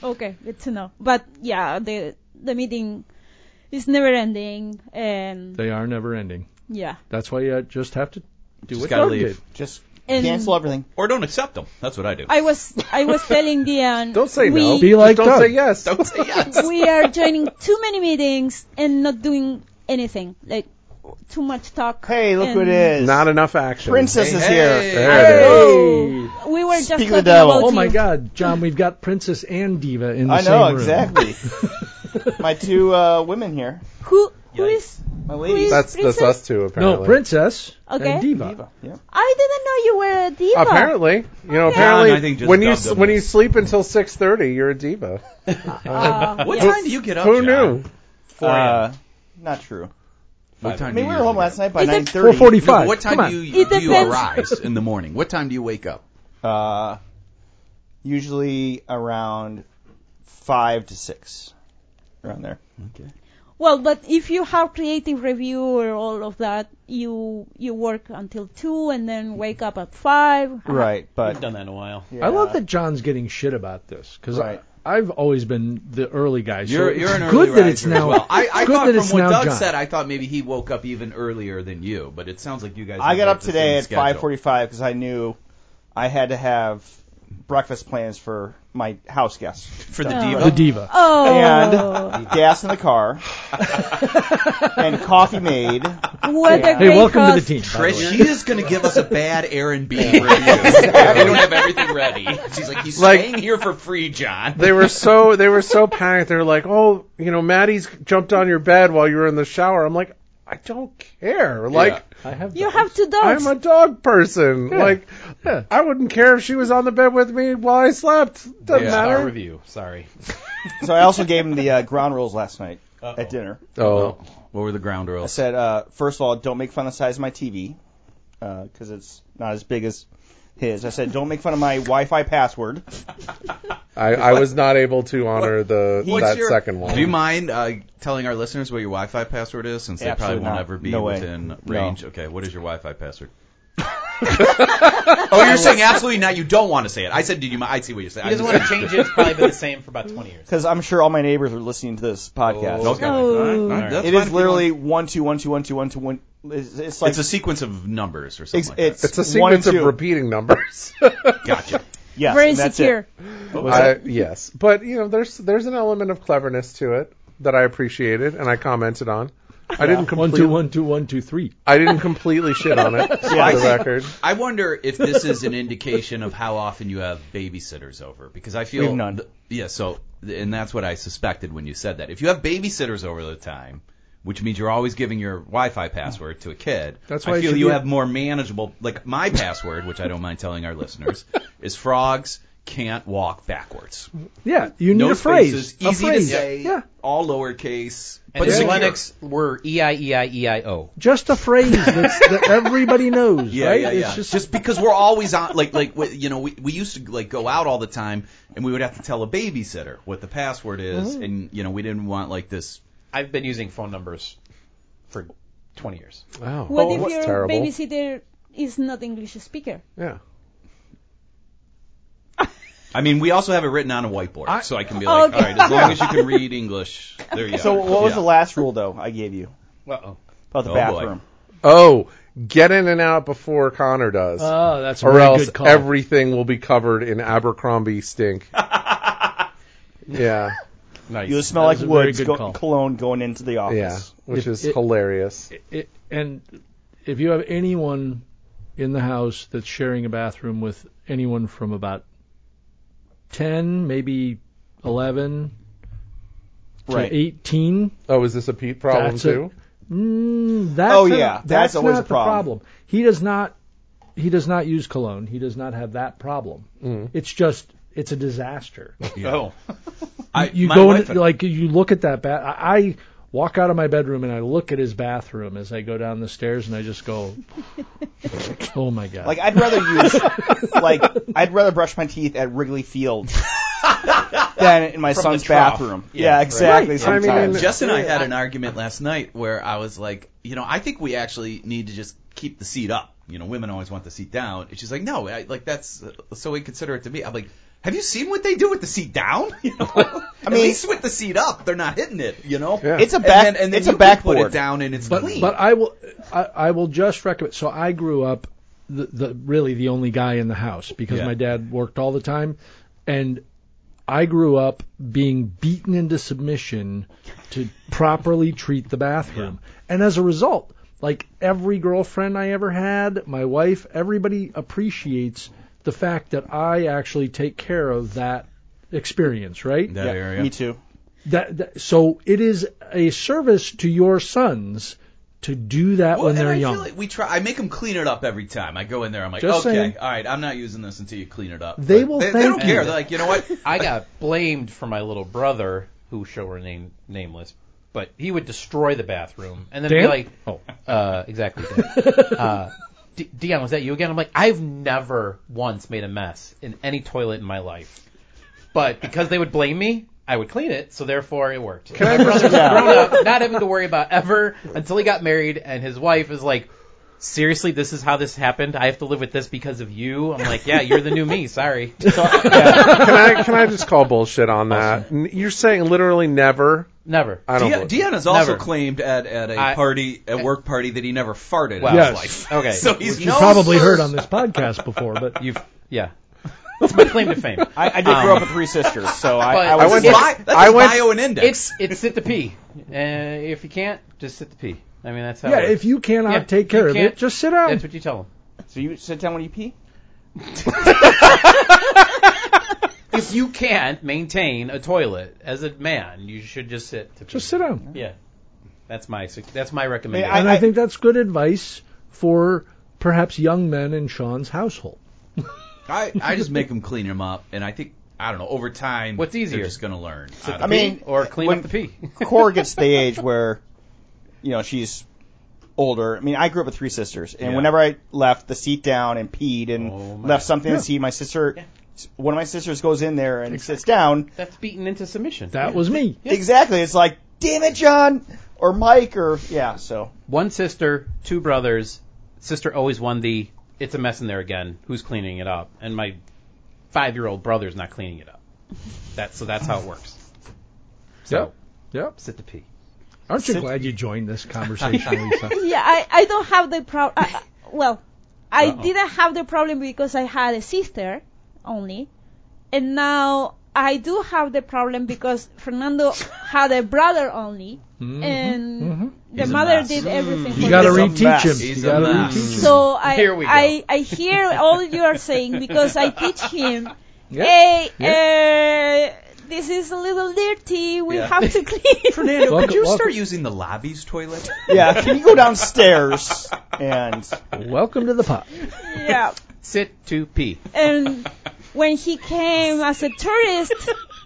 Okay. Good to know. But yeah, the the meeting is never ending, and
They are never ending.
yeah,
That's why you just have to do
Just
what
gotta
Doug
leave.
did.
Just
and
cancel everything.
or don't accept them. That's what I do.
I was I was telling Dion.
Don't say
we,
no.
Be like
Just don't
Doug.
say yes.
don't say yes.
we are joining too many meetings and not doing anything. Like too much talk.
Hey, look
and
who it is.
Not enough action.
Princess is
Hey.
here.
There it is.
Hey!
We were just
Speak of
talking
the devil.
about
Oh my
you.
God, John, we've got Princess and Diva in the
I
same
know
room.
exactly. My two uh, women here.
Who who
Yikes.
is
My ladies.
Who is-
That's that's us two apparently.
No, Princess
Okay.
and Diva.
Diva. Yeah.
I didn't know you were a diva.
Apparently, you know,
Okay.
apparently
John, I think, just
when you
dubbed
s-
him.
when you sleep until 6:30, you're a diva.
Uh,
What
yeah.
time do you get up?
Who
John?
knew?
Four
Uh, not true.
What
I
time
mean,
do
we
you
were home
get
last
up?
night by
Is it-
nine
Four
thirty.
No,
forty-five.
what time
Come on.
do you,
It
do you
depends.
arise in the morning? What time do you wake up?
Uh, usually around five to six, around there.
Well, but if you have creative review or all of that, you you work until two and then wake up at five.
Right,
I've
but
done that in a while.
I love that John's getting shit about this because
Right.
I've always been the early guy. So
You're,
it's
you're an early
good that
riser
it's now.
As well. I, I
it's good
thought
that
from
it's
what
now
Doug
John.
said, I thought maybe he woke up even earlier than you, but it sounds like you guys.
I
have
got
like
up
the
today
same
at
schedule.
5:45 because I knew I had to have breakfast plans for my house guests.
for the
Oh.
diva.
the diva.
Oh.
And gas in the car, and coffee made.
what a
hey,
great
welcome to the
host.
team. by the
Trish,
way.
she is going to give us a bad Airbnb review. we don't have everything ready. She's like, he's
Like-
staying here for free, John.
They were so they were so panicked. They were like, "Oh, you know, Maddie's jumped on your bed while you were in the shower." I'm like, "I don't care." Like,
I have.
You have two dogs.
I'm a dog person. Like,
Yeah.
I wouldn't care if she was on the bed with me while I slept. Doesn't
Yeah.
Star
matter.
review. Sorry.
So I also gave him the uh, ground rules last night
Uh-oh.
at dinner.
Oh,
What were the ground
I
rules?
said, uh, first of all, don't make fun of the size of my TV because it's not as big as his. I said, don't make fun of my Wi-Fi password.
I, I was not able to honor the
What's
that
your-
second one.
Do you mind uh, telling our listeners what your Wi-Fi password is, since they
Absolutely
probably won't
not.
ever be
No way.
within
No.
range? Okay, what is your Wi-Fi password? oh, you're saying absolutely not. You don't want to say it. I said, did you? mi- I see what you're saying. I
He doesn't want to
understand.
change it. It's probably been the same for about 20 years.
Because I'm sure all my neighbors are listening to this podcast.
Okay.
Oh.
All right, all right,
It
that's
It
fine if
is
you
literally one two one two one two one two one. It's, it's
want-
like
It's a Oh sequence of numbers or something.
it's,
like that.
it's,
It's a
one and
sequence of
two.
repeating numbers.
Gotcha.
yes,
Very
and that's
secure.
it.
I, yes, but you know, there's there's an element of cleverness to it that I appreciated and I commented on. I didn't
One
completely
two one two one two three.
I didn't completely shit on it for
I
the
think-
record.
I wonder if this is an indication of how often you have babysitters over because I feel
We have none.
th- yeah, so and that's what I suspected when you said that. If you have babysitters over the time, which means you're always giving your Wi-Fi password to a kid,
That's why
I
it
feel
should
you
be-
have more manageable. Like my password, which I don't mind telling our listeners, is frogs can't walk backwards.
Yeah, you need
No
a phrase.
spaces,
a
easy
phrase.
to say,
Yeah,
all lowercase.
And
but
in
secure.
Linux, we're E I E I E I O.
just a phrase that's, that everybody knows,
Yeah,
right?
yeah,
it's
yeah.
just
Just, because we're always on, like, like we- you know, we, we used to like go out all the time, and we would have to tell a babysitter what the password is, and you know, we didn't want like this.
I've been using phone numbers for 20 years.
Wow,
What if
that's
your
terrible.
babysitter is not English speaker?
Yeah,
I mean, we also have it written on a whiteboard,
I-
so I can be like,
Okay.
all right, as long as you can read English, there you
So
go.
what was
Yeah.
the last rule though I gave you
Uh-oh.
about the
Oh, boy.
bathroom?
Oh, get in and out before Connor does.
oh, that's a
or
really
else
good call.
everything will be covered in Abercrombie stink. yeah,
Nice.
You smell
That
like
was a very
woods
good
go-
call.
cologne going into the office.
yeah, which
If
is
it-
hilarious.
It- and if you have anyone in the house that's sharing a bathroom with anyone from about ten, maybe eleven
Right.
to eighteen,
Oh, is this a Pete problem
That's a-
too?
Mm, that's
Oh,
not-
yeah.
that's,
That's always
not
a
the
problem.
problem. He does not he does not use cologne. He does not have that problem.
Mm.
It's just it's a disaster.
Oh.
I,
You
my
go
wife
in like you look at that bath. I, I walk out of my bedroom and I look at his bathroom as I go down the stairs and I just go, oh my god.
Like I'd rather use like I'd rather brush my teeth at Wrigley Field than in my
From
son's
the trough.
bathroom.
Yeah,
Yeah,
right.
exactly.
Right. I mean,
Sometimes.
and-
Jess and I had an argument last night where I was like, you know, I think we actually need to just keep the seat up. You know, women always want the seat down. And she's like, no, I, like that's uh, so inconsiderate to me. I'm like, have you seen what they do with the seat down? You know, at
mean-
least with the seat up, they're not hitting it. You know,
Yeah.
It's a
And
back.
then, and then
it's
you
a
can put
backboard.
it down and it's
but
clean.
but I will I, I will just recommend. So I grew up the, the really the only guy in the house because
Yeah.
my dad worked all the time, and I grew up being beaten into submission to properly treat the bathroom, and as a result, like every girlfriend I ever had, my wife, everybody appreciates the fact that I actually take care of that experience, right?
that area.
Me too.
That, that so it is a service to your sons to do that
Well,
when
and
they're
I
young.
feel like we try. I make them clean it up every time. I go in there. I'm like,
Just
okay,
saying.
all right. I'm not using this until you clean it up.
They
But
will
They, they
thank
don't
you.
care. They're like, you know what?
I got blamed for my little brother, who shall remain nameless, but he would destroy the bathroom and then be
Dan?
like, "Oh, uh, exactly." Dan. uh, D- Dion, was that you again? I'm like, I've never once made a mess in any toilet in my life, but because they would blame me, I would clean it, so therefore it worked.
Can I
My
just-
brother was
Yeah.
grown up, not having to worry about ever until he got married, and his wife is like, "Seriously, this is how this happened. I have to live with this because of you." I'm like, "Yeah, you're the new me. Sorry."
can I can I just call bullshit on that? N- You're saying literally never.
Never.
I don't.
Dion,
believe-
Dion has also
Never.
claimed at, at a
I-
party, a work party, that he never farted
Wow.
in his
Yes.
life.
Okay.
So he's
You
no
probably
sir.
heard on this podcast before, but
You've yeah. It's my claim to fame.
I, I did grow up with three sisters, so I,
But-
I
I
was
went-
That's bi- that's
I went-
bio and index.
It's it's sit the pee. Uh, if you can't, just sit the pee. I mean that's how.
yeah,
it
if you cannot
Yeah,
take
you
care of
can't-
it, just sit down.
that's what you tell them.
So you sit down when you pee?
If you can't maintain a toilet as a man, you should just sit. To pee.
just sit down.
Yeah, that's my su- that's my recommendation.
I-
And I, think that's good advice for perhaps young men in Sean's household.
I, I just make him clean him up, and I think I don't know. Over time,
What's easier?
They're just gonna learn. I,
I
don't
mean,
or clean
when-
up the pee.
Cora gets to the age where, you know, she's older. I mean, I grew up with three sisters, and
Yeah.
whenever I left the seat down and peed and
Oh, my.
left something in the seat, my sister, one of my sisters goes in there and sits down.
that's beaten into submission.
That was me.
Exactly. It's like, damn it, John or Mike or yeah. So
one sister, two brothers. Sister always won the. It's a mess in there again. Who's cleaning it up? And my five-year-old brother's not cleaning it up. That so that's how it works. So
Yep.
sit the pee.
Aren't you
Sit-
glad you joined this conversation, Lisa?
yeah, I, I don't have the problem. well, I
Uh-oh.
didn't have the problem because I had a sister only, and now I do have the problem because Fernando had a brother only, and
mhm.
the
He's a
mess.
mess.
did everything.
You
for
gotta
me.
He's a
reteach him.
mess.
You
He's a
gotta
mess.
reteach him.
So I,
Here we go.
I I hear all you are saying because I teach him.
Yeah.
Hey, uh, this is a little dirty. We
Yeah.
have to clean.
Fernando,
Welcome-
could you
welcome.
start using the lobby's toilet?
yeah, can you go downstairs and
Welcome to the pot.
yeah.
Sit to pee.
and when he came as a tourist,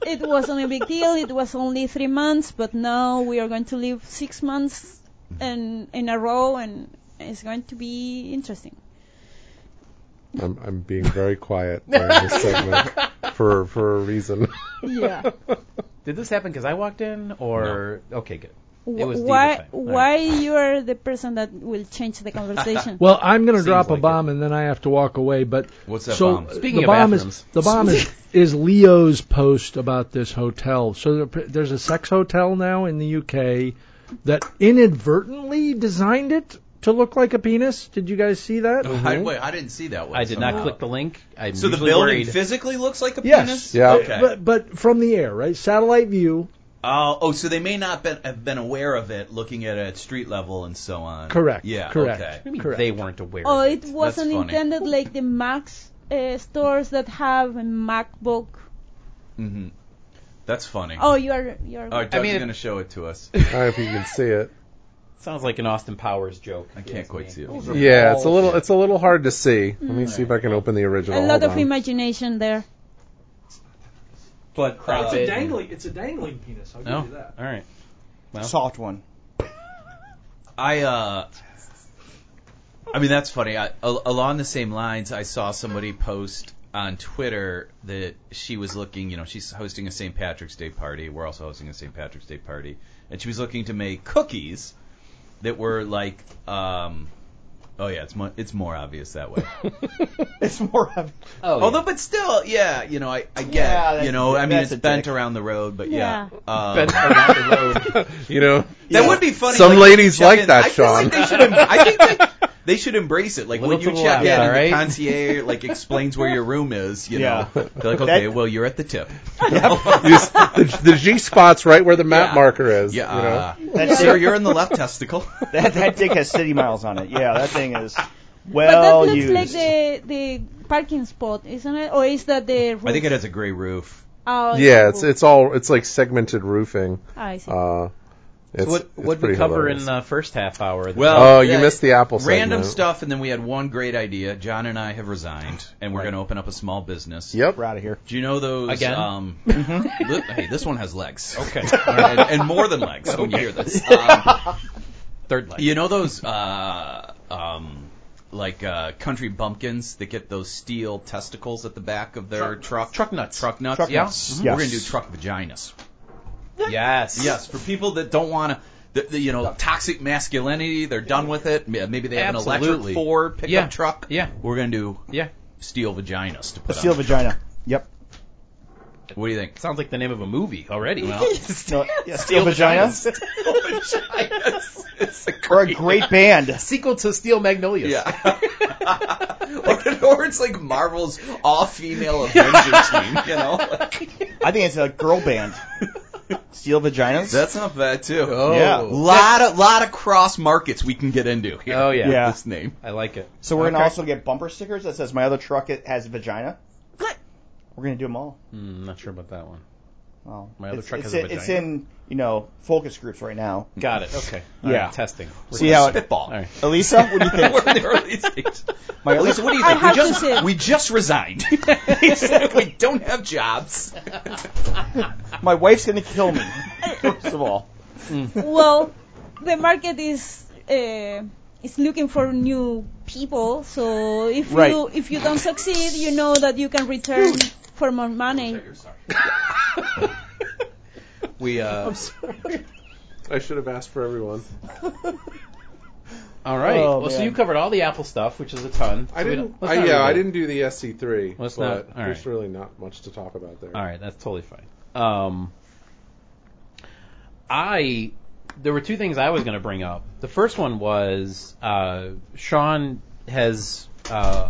it wasn't a big deal. It was only three months, but now we are going to live six months and in a row, and it's going to be interesting.
I'm, I'm being very quiet during this segment for for a reason.
Yeah.
Did this happen because I walked in or okay good. It was Diva's
why?
thing. All right.
Why you are the person that will change the conversation?
Well, I'm going to
Seems
drop
like
a bomb and then I have to walk away. But
What's that
so uh,
bomb?
Speaking
the
of
bomb
bathrooms.
is the bomb is, is Leo's post about this hotel. So there, there's a sex hotel now in the UK that inadvertently designed it to look like a penis. Did you guys see that?
Oh.
I, wait, I didn't see that one.
Mm-hmm. I did not
somehow.
click the link. I'm
So the
usually
building
worried.
physically looks like a
Yes.
penis.
Uh,
Yeah.
Okay.
But but from the air, right? Satellite view.
Oh, oh, so they may not been, have been aware of it, looking at it at street level and so on.
Correct,
Yeah.
correct.
Okay.
What do you mean
Correct.
they weren't aware.
oh,
of
it wasn't
funny.
intended like the Max uh, stores that have a MacBook.
hmm That's funny.
Oh, you are you are.
All right, Doug's
mean, if-
gonna show it to us.
I don't know if you can see it.
Sounds like an Austin Powers joke.
I can't quite see it.
Yeah, it's a little it's a little hard to see. Let me see if I can open the original.
a lot
Hold
of
on.
imagination there.
But crop it.
It's a dangling penis. I'll
No. All right.
soft one?
I uh I mean that's funny. I, al- along the same lines, I saw somebody post on Twitter that she was looking, you know, she's hosting a St. Patrick's Day party. We're also hosting a St. Patrick's Day party, and she was looking to make cookies that were like um Oh yeah, it's mo- it's more obvious that way.
It's more of
Oh,
Although, but still, yeah, you know, I, I get,
Yeah,
it, you
that's-
know, I mean,
that's
it's
a
bent
dick.
around the road, but yeah, Um,
You know,
That
Yeah.
would be funny.
Some
like,
ladies
check
like
in-
that,
I feel
Sean.
Like they should em- I think that they should embrace it. Like
Little
when you
to the
check
left,
in,
yeah,
and
right?
the concierge like explains where your room is. You
Yeah.
know, they're like, okay,
That-
well, you're at the tip.
This- the, the G spot's right where the map
Yeah.
marker is.
Yeah,
you know?
uh,
That's-
sir, you're in the left testicle.
that. That dick has city miles on it. Yeah, that thing is
But that
well
looks
used.
like the the parking spot, isn't it? Or is that the? Roof?
I think it has a gray roof.
Oh,
yeah,
the
it's
roof.
it's all it's like segmented roofing.
Ah, I see.
Uh, it's,
what
it's
what we
pretty
cover
hilarious.
in uh, the first half hour? of the-
Well,
Oh, you
uh,
missed the Apple
Random
segment.
stuff, and then we had one great idea. John and I have resigned, and we're going to open up a small business.
Yep.
We're out of here.
Do you know those?
Again?
Um, li- hey, this one has legs. Okay. and, and more than legs when you hear this. Um,
third leg.
You know those uh, um, like uh, country bumpkins that get those steel testicles at the back of their truck?
truck nuts.
Truck nuts.
Truck
yeah.
nuts,
Mhm.
yes.
We're gonna do truck vaginas.
Yes.
Yes, for people that don't want to, the, the, you know, toxic masculinity, they're done with it. M- Maybe they have an
Absolutely.
electric Ford pickup
Yeah.
truck.
Yeah.
we're gonna do
Yeah.
steel vaginas to
A
put
steel
on.
vagina. Yep.
What do you think?
Sounds like the name of a movie already.
Well,
No, yeah, steel vagina.
steel vaginas. It's a
Or a
great-
great band.
Sequel to Steel Magnolias.
Yeah. or, or it's like Marvel's all-female Avenger team. You know,
I think it's a girl band. Steel vaginas.
that's not bad too.
Oh.
Yeah.
Lot of lot of cross markets we can get into here.
Oh, yeah.
Yeah.
This name.
I like it.
so we're gonna
Okay.
also get bumper stickers that says "My other truck it has a vagina." We're gonna do them all.
Hmm, not sure about that one.
Well,
My other
it's,
truck
it's
has a
in- It's
vagina.
in you know focus groups right now.
Got it. Okay.
All Yeah. right,
testing.
See how it,
Spitball.
All right.
Elisa? What do you think?
We're in the early stages.
My other-
Lisa, what do you
I
think? We
have to
just,
say-
we just resigned. we don't have jobs.
My wife's gonna kill me. First of all,
well, the market is uh, is looking for new people. So if
Right.
you if you don't succeed, you know that you can return for more money.
We uh
I should have asked for everyone.
all right.
Oh,
well, so
man.
you covered all the Apple stuff, which is a ton.
I
So we
didn't.
don't- let's
I,
not
yeah,
redo
I
it.
didn't do the SC3.
Let's
but
not- all
There's
right.
really not much to talk about there.
All right, that's totally fine. Um, I there were two things I was going to bring up. The first one was uh, Sean has. Uh,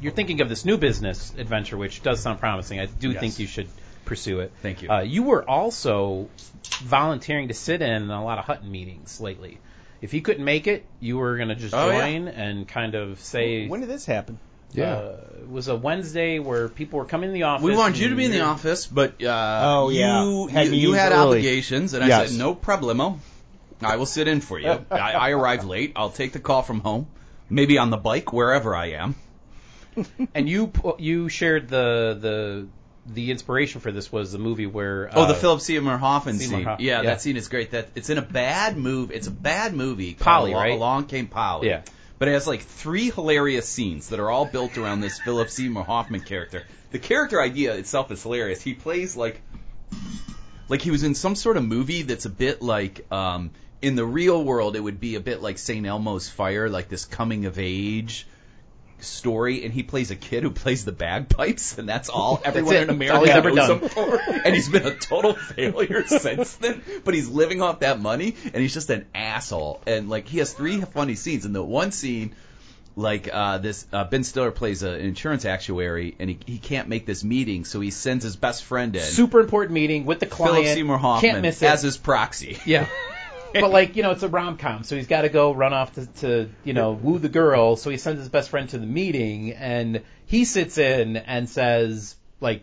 you're thinking of this new business adventure, which does sound promising. I do
Yes.
think you should pursue it.
Thank you.
Uh, you were also volunteering to sit in a lot of Hutton meetings lately. If you couldn't make it, you were going to just
Oh, yeah.
join and kind of say.
when did this happen?
Yeah.
Uh, it was a Wednesday where people were coming in the office.
We wanted you to be in the
and-
office, but uh,
Oh, yeah.
you,
Had
you, you
meetings
had
early.
obligations, and I
Yes.
said, no problemo. I will sit in for you. I, I arrive late. I'll take the call from home, maybe on the bike, wherever I am.
And you pu- you shared the the the inspiration for this was the movie where
Oh, the
uh,
Philip Seymour Hoffman
Seymour
scene.
Hoffman,
Yeah,
yeah.
that scene is great. That it's in a bad movie. It's a bad movie. called
Polly,
Al-
right?
Along Came Polly.
Yeah.
But it has like three hilarious scenes that are all built around this Philip Seymour Hoffman character. The character idea itself is hilarious. He plays like like he was in some sort of movie that's a bit like um in the real world it would be a bit like St. Elmo's Fire, like this coming of age story and he plays a kid who plays the bagpipes and that's all everyone
it.
in
That's
America
all he's ever
knows
done.
him for. and he's been a total failure since then but he's living off that money and he's just an asshole and like he has three funny scenes and the one scene like uh, this uh, Ben Stiller plays a, an insurance actuary and he, he can't make this meeting so he sends his best friend in
super important meeting with the client.
Philip Seymour Hoffman
can't miss it.
as his proxy.
yeah. But like you know, it's a rom com, so he's got to go run off to, to you know woo the girl. So he sends his best friend to the meeting, and he sits in and says like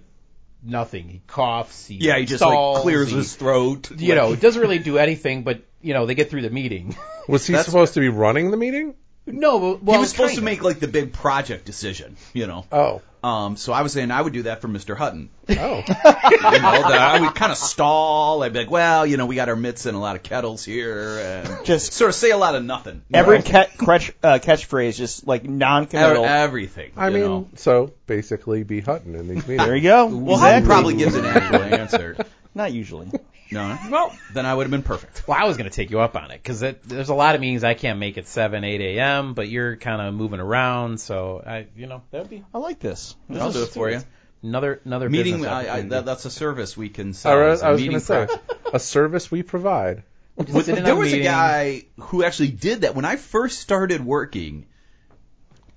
nothing. He coughs. He
Yeah, he just
stalls,
like clears
he-
his throat.
You know, it doesn't really do anything, but you know they get through the meeting.
Was he supposed to be running the meeting?
no, well,
he was supposed
kinda.
to make like the big project decision, you know.
Oh.
Um, so I was saying I would do that for Mr. Hutton.
Oh.
You know, that I would kind of stall. I'd be like, well, you know, we got our mitts and a lot of kettles here, and
Just-
sort of say a lot of nothing. you
Every
know?
ca- catch, uh, catchphrase, just like non-committal.
Ev- everything.
I
you
mean,
know.
so basically, be Hutton in these meetings.
there you go.
well, Hutton
Exactly.
probably gives an actual answer.
Not usually.
No, well, then I would have been perfect.
Well, I was going to take you up on it because there's a lot of meetings I can't make at 7, 8 a.m., but you're kind of moving around, so I, you know, that'd be
I like this. This
I'll
is-
do it for you.
another another
Meeting,
business
I, I,
opportunity.
that, that's a service we can sell.
I was,
is a
I was
meeting
going to say,
prep.
a service we provide.
Sit in on
there was a
meeting.
guy who actually did that when I first started working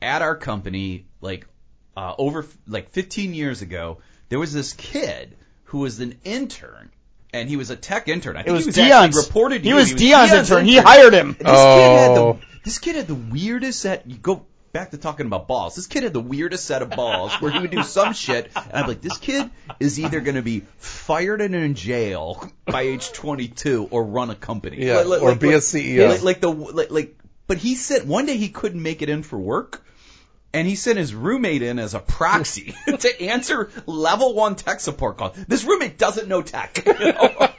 at our company, like uh, over like 15 years ago. There was this kid who was an intern, and he was a tech intern. I think
It was,
he was
Dion's.
actually reported. to
he
you.
was Dion's intern. He
intern.
hired him.
This
Oh.
kid had the this kid had the weirdest set. You go back to talking about balls. This kid had the weirdest set of balls where he would do some shit, and I'm like, this kid is either going to be fired and in jail by age 22 or run a company,
Yeah, or be a
E
CEO.
Like, like the like, like, but he said one day he couldn't make it in for work. And he sent his roommate in as a proxy to answer level one tech support calls. This roommate doesn't know tech. you know?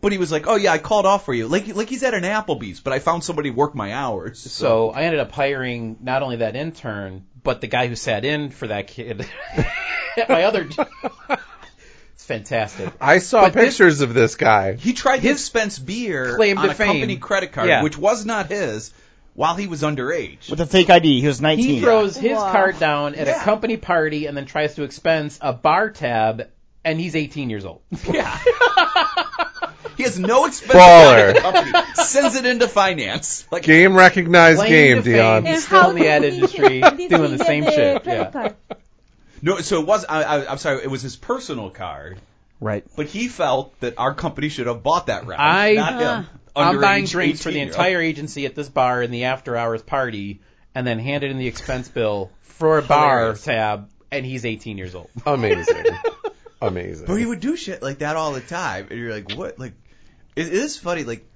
But he was like, "Oh yeah, I called off for you." Like like he's at an Applebee's, but I found somebody to work my hours.
So I ended up hiring not only that intern, but the guy who sat in for that kid at my other job. It's fantastic.
I saw
But this-
pictures of this guy.
He tried to dispense beer
claim
on
to
a
fame.
company credit card,
Yeah.
which was not his, while he was underage.
With a fake ID, he was 19.
He throws his
Wow.
card down at
Yeah.
a company party and then tries to expense a bar tab, and he's 18 years old.
Yeah. he has no expense
Baller.
on the company. Sends it into finance. Like
Game recognized
Claim
game,
to fame.
Dion.
He's
And
still
how
in the
did
ad
he get-
industry
did he
doing the
get
same
the
shit,
credit
yeah.
card?
no, so it was. I, I, I'm sorry. It was his personal card,
Right.
but he felt that our company should have bought that round.
I- uh,
not
Ah.
him.
I'm
Underage
buying drinks for the
18-year-old.
entire agency at this bar in the after hours party, and then handed in the expense bill for a bar
Hilarious.
tab, and he's 18 years old.
Amazing. Amazing.
But he would do shit like that all the time, and you're like, what? Like, it, it is funny. Like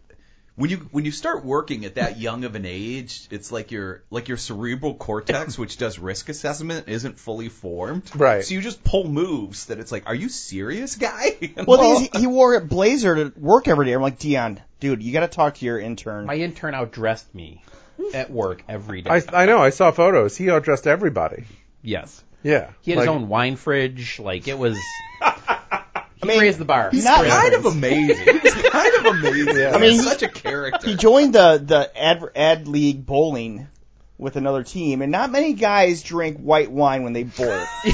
when you when you start working at that young of an age, it's like your like your cerebral cortex, which does risk assessment, isn't fully formed.
Right.
So you just pull moves that it's like, are you serious, guy?
Well, the thing is, he, he wore a blazer to work every day. I'm like, Dion, dude, you got to talk to your intern.
My intern outdressed me at work every day.
I, I know. I saw photos. He outdressed everybody.
yes.
Yeah.
He had
Like,
his own wine fridge. Like, it was. He
mean,
raised the bar.
he's
for
not-
his
kind of
friends.
amazing. He's kind of amazing.
Yeah.
Yeah.
I
I
mean,
mean,
he-
such a character.
he joined the the ad, ad league bowling with another team, and not many guys drink white wine when they bowl.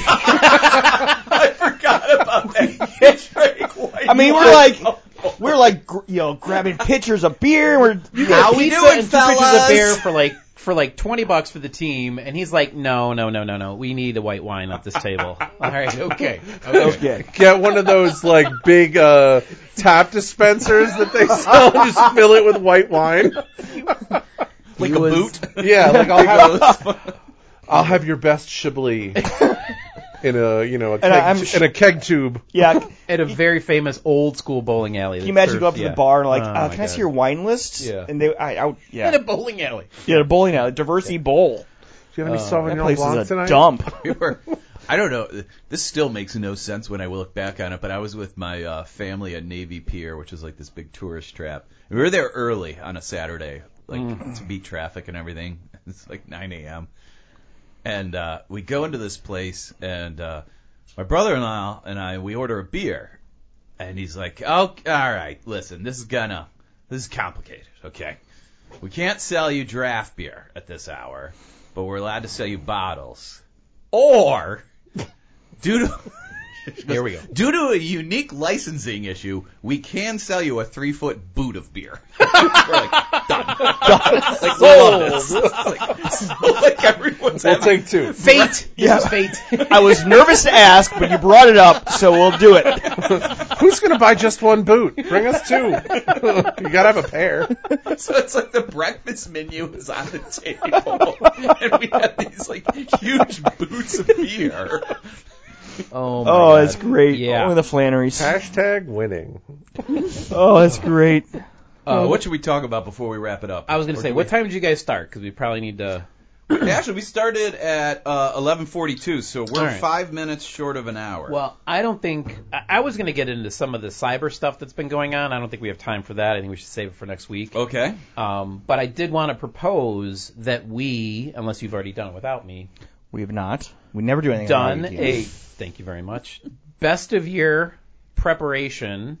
I forgot about that. He drank white
I mean, we're
wine.
like we're like gr- you know grabbing pitchers of beer. We're
How we
pizza
doing,
and two pitchers
fellas?
of beer for like for like twenty bucks for the team, and he's like, no, no, no, no, no, we need a white wine at this table. All right, okay, okay.
okay.
Get one of those like big uh, tap dispensers that they sell. and Just fill it with white wine.
like
he
a
was-
boot.
Yeah, like I'll have, I'll have your best Chablis in a you know a keg,
I'm
tu-
sh-
in a keg tube.
Yeah, can
At a very famous old school bowling alley.
you imagine go up to the bar and like, uh, can I see your
wine?
wine list?
Yeah.
and they, I, I yeah,
At a bowling alley.
yeah, the bowling alley, diversity bowl.
Do you have any
Oh, That
Sauvignon
place
Blanc
is a
tonight?
dump. Oh,
we were, I don't know. This still makes no sense when I look back on it, but I was with my uh, family at Navy Pier, which is like this big tourist trap. We were there early on a Saturday, like to beat traffic and everything. It's like 9 a.m. And uh, we go into this place, and uh, my brother-in-law and I we order a beer, and he's like, "Oh, all right, listen, this is gonna, this is complicated, okay." We can't sell you draft beer at this hour, but we're allowed to sell you bottles or due to
Here we go.
due to a unique licensing issue, we can sell you a three foot boot of beer. we're like done. like, we love this. Like, so, like everyone's
We'll
having-
take two.
Fate.
Yeah.
This is fate.
I was nervous to ask, but you brought it up, so we'll do it.
Who's gonna buy just one boot? Bring us two. you gotta have a pair.
so it's like the breakfast menu is on the table, and we have these like huge boots of beer.
Oh, my
Oh,
God.
that's great.
Yeah.
Only the Flannerys.
Hashtag winning.
Oh, that's great.
Uh,
Um,
what should we talk about before we wrap it up?
I was gonna
Or
say,
do
what
we-
time did you guys start? Because we probably need to.
Actually, we started at uh, 11:42, so we're
All right.
five minutes short of an hour.
Well, I don't think I, I was gonna get into some of the cyber stuff that's been going on. I don't think we have time for that. I think we should save it for next week.
okay.
Um, but I did want to propose that we, unless you've already done it without me,
We have not. We never do anything.
done
wrong,
a
Eugene.
thank you very much best of year preparation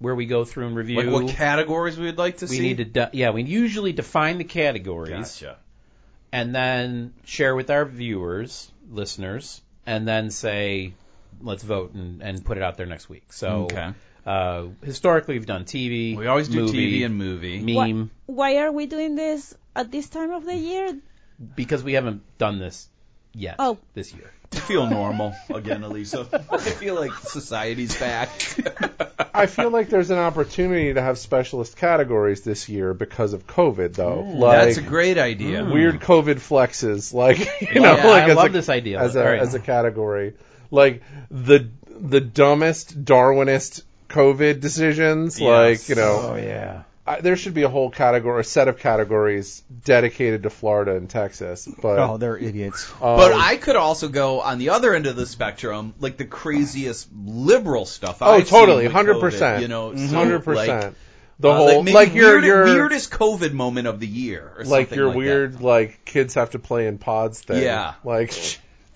where we go through and review.
Like what categories we'd like to
we
see?
need to de- yeah we usually define the categories
Gotcha.
and then share with our viewers listeners and then say let's vote and, and put it out there next week. So
Okay.
uh, historically we've done TV.
We always do
movie,
TV and movie.
meme
Why are we doing this at this time of the year?
because we haven't done this yet
Oh.
this year.
I feel normal again, Elisa. I feel like society's back.
I feel like there's an opportunity to have specialist categories this year because of COVID, though. like
That's a great idea.
weird COVID flexes, like you know,
Yeah,
like
I
as
love
a,
this idea.
as a
All right.
as a category, like the the dumbest Darwinist COVID decisions, like you
Oh,
know,
yeah.
I, there should be a whole category, a set of categories dedicated to Florida and Texas. But
Oh, they're idiots.
um,
But I could also go on the other end of the spectrum, like the craziest liberal stuff.
Oh,
I've
totally,
seen with COVID,
100%.
You know, so,
hundred
Like,
percent. The
uh,
whole
like, maybe
like your
weird-
your
weirdest COVID moment of the year, or
like
something
your
like
weird like kids have to play in pods thing.
Yeah.
Like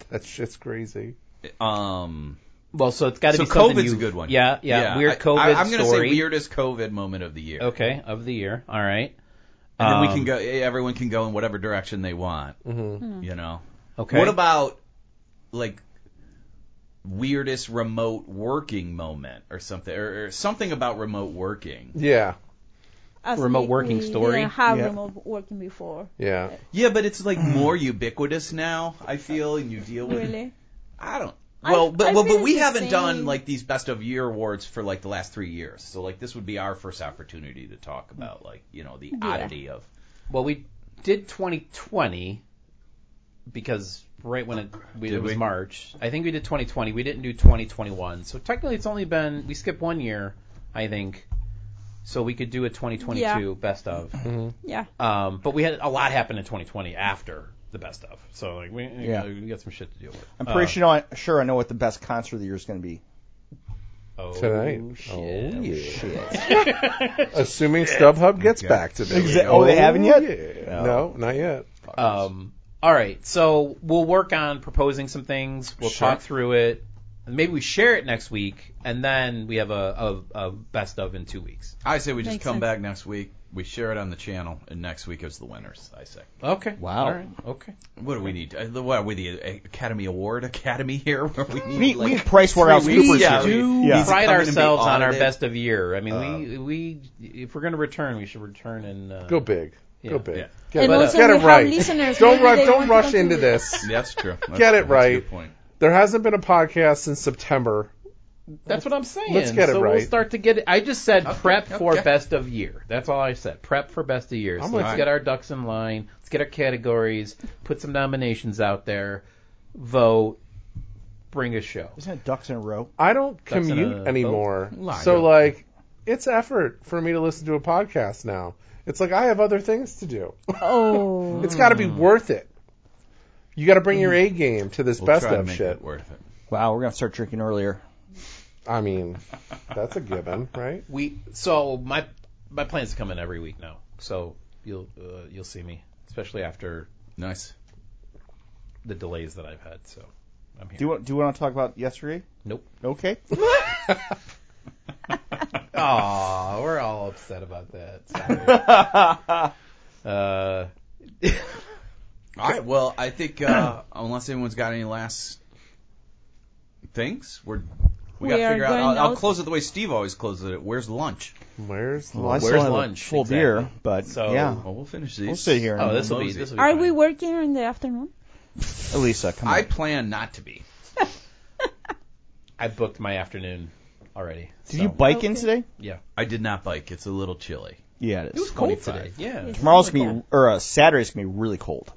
that shit's crazy.
That. Um,
Well, so it's got to
So
be something
COVID's
you-
a good one.
Yeah, yeah. weird
I-
COVID
I, I'm gonna
story. Oh.
say weirdest COVID moment of the year.
Okay, of the year. All right.
And then we
Um,
can go. Everyone can go in whatever direction they
Mm-hmm.
want. You know.
Okay.
What about like weirdest remote working moment or something, or, or something about remote working?
Yeah.
As
Remote
we-
working
we
story.
Didn't have
Yeah.
remote working before.
Yeah.
Yeah, but it's like more ubiquitous now. I feel, and you deal with.
Really?
I don't.
I-
Well, but
I
well,
feel
but we
the
haven't
same.
done like these best of year awards for like the last three years. So like this would be our first opportunity to talk about like you know the oddity of
Well, we did 2020 because right when it, we,
Oh, Did
it was
we?
March, I think we did 2020. We didn't do 2021, so technically it's only been we skipped one year, I think. So we could do a 2022
Yeah.
best of.
Mm-hmm.
Yeah.
Um, but we had a lot happen in 2020 after the best of. So like we
Yeah.
we got some shit to deal with.
I'm pretty
Uh,
sure, I, sure I know what the best concert of the year is going to be.
Oh,
Tonight.
shit.
Oh, yeah.
Shit.
Assuming StubHub gets
Okay.
back today.
Exa- oh, they haven't yet?
yeah. No, not yet.
Um, all right, so we'll work on proposing some things. We'll
Sure.
talk through it. Maybe we share it next week, and then we have a, a, a best of in two weeks.
I say we just
Makes
come
sense.
back next week. We share it on the channel, and next week is the winners. I say.
Okay.
Wow.
All right. Okay.
What do we need? Uh, What are we the uh, Academy Award Academy here? Where we need
We,
like
we Price Waterhouse
three weeks
Coopers
out.
here.
We-
Yeah.
We
Needs to
pride
come in and be
ourselves on our
audited.
best of year. I mean, we we if we're gonna return, we should return and uh,
Go big.
Yeah.
Go big.
Yeah.
Get,
And
it-
also
get
we
it
have
right.
listeners.
Don't
Maybe
rush,
they
don't
want to
rush
come
into
to-
this.
That's true. That's,
Get it
that's a
right.
good point.
There hasn't been a podcast since September.
That's what I'm saying.
Let's get it
so We'll
right.
start to get it. I just said prep for
okay.
best of year. That's all I said. Prep for best of year. So
I'm with
let's
you.
get our ducks in line. Let's get our categories. Put some nominations out there. Vote. Bring a show.
Isn't it Ducks in a Row?
I don't
That's in
commute
a-
anymore.
oh, liar.
so like it's effort for me to listen to a podcast now. It's like I have other things to do.
Oh.
It's got to be
Hmm.
worth it. You got to bring your A game to this
We'll
best
try to
of
make
shit.
it worth it.
Wow, we're going to start drinking earlier.
I mean, that's a given, right?
We so my my plan is to come in every week now. So you'll uh, you'll see me, especially after
Nice.
the delays that I've had. So I'm here.
Do you, want- do you want to talk about yesterday?
Nope.
Okay.
Aw, we're all upset about that. Sorry. uh,
All right. Well, I think uh, unless anyone's got any last things, we're we,
We
got to
are
figure out.
going
I'll, I'll
out-
close it the way Steve always closes it. Where's lunch?
Where's
Well, I
lunch?
still
Where's
have a
lunch?
Full
Exactly.
beer, but
So-
yeah.
Oh, Well, we'll finish these.
Oh. We'll sit here.
oh,
and-
this will be
mosey.
this will be.
Are
fine.
we working in the afternoon?
Elisa, come on.
I plan not to be.
I booked my afternoon already.
Did
so-
you bike in
Okay.
today?
I did not bike. It's a little chilly.
Yeah, it is.
It was cold
25.
today. Yeah.
Oh
Tomorrow's gonna be, or uh, Saturday's gonna be really cold.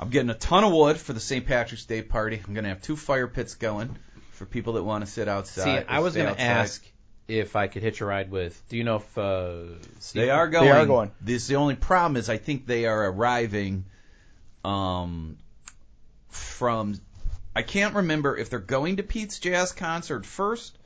I'm getting a ton of wood for the St. Patrick's Day party. I'm gonna have two fire pits going for people that want to sit outside.
See,
or
I was
stay
gonna
outside.
ask if I could hitch a ride with. Do you know if uh, Steve-
They are going.
They are going.
This the only problem is I think they are arriving um from I can't remember if they're going to Pete's jazz concert first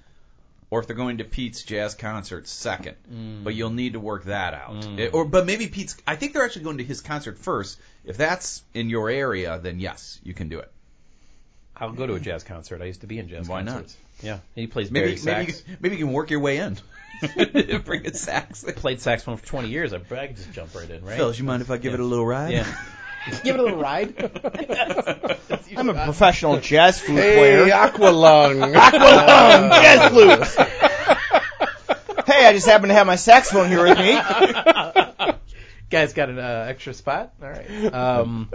or if they're going to Pete's jazz concert 2nd.
Mm.
But you'll need to work that out. It- or but maybe Pete's I think they're actually going to his concert first. If that's in your area, then yes, you can do it.
I'll go to a jazz concert. I used to be in jazz
Why not?
concerts. Yeah, he plays
Maybe
Barry
maybe you,
sax.
can- maybe you can work your way in. Bring a sax.
Played saxophone for 20 years. I, I could just jump right in, right?
Fellas, you mind if I give it a little ride?
Yeah. Give it a little ride.
I'm a professional jazz flute
Hey,
player.
Aqualung.
Um, jazz flutes. hey, I just happen to have my saxophone here with me.
Guys, got an uh, extra spot? All right. Um,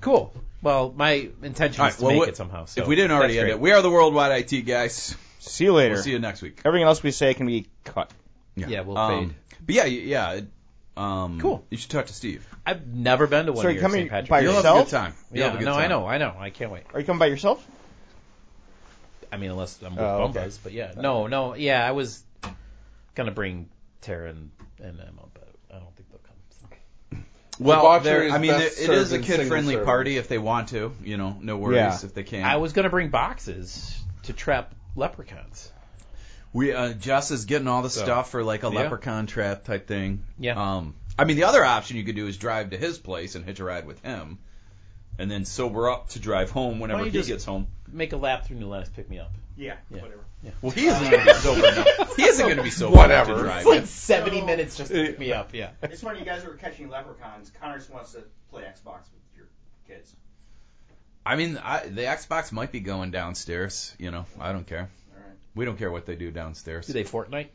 cool. Well, my intention
All
is
right,
to
well,
make
what-
it somehow. So
If we didn't already
that's
end
great.
it, we are the worldwide IT guys.
See you later.
We'll see you next week.
Everything else we say can be cut.
Yeah, we'll
Um,
fade.
But yeah, y- yeah. it- Um,
Cool.
You should talk to Steve.
I've never been to one
Sorry,
here.
come
St.
here
Patrick's
by
Day.
You'll have a
Yourself?
good time. You'll
Yeah,
have a good
no,
time.
I know, I know. I can't wait.
Are you coming by yourself?
I mean, unless I'm with
Oh, okay.
Bumbas, but yeah. No, no, yeah, I was gonna bring Tara and, and Emma, but I don't think they'll come. so.
Well,
Debauchery
there,
is
I mean,
best
there- it
served
is a
in
kid-friendly
single
party if they want to. You know, no worries
Yeah.
if they can't.
I was gonna bring boxes to trap leprechauns.
we uh, Jess is getting all the
So,
stuff for like a
yeah.
leprechaun trap type thing.
Yeah.
Um, I mean, the other option you could do is drive to his place and hitch a ride with him, and then sober up to drive home
don't
whenever
you
he
just-
gets home.
Make a lap through New Lenox, pick me up.
Yeah,
Yeah.
whatever.
Well, he isn't going to be sober enough. He isn't going to be sober
Whatever.
enough to drive
It's
It's like
it.
70
So-
minutes just to pick me up. Yeah.
It's funny, you guys were catching leprechauns. Connor just wants to play Xbox with your kids.
I mean, I, the Xbox might be going downstairs. You know, I don't care.
Alright.
We don't care what they do downstairs.
Do they Fortnite?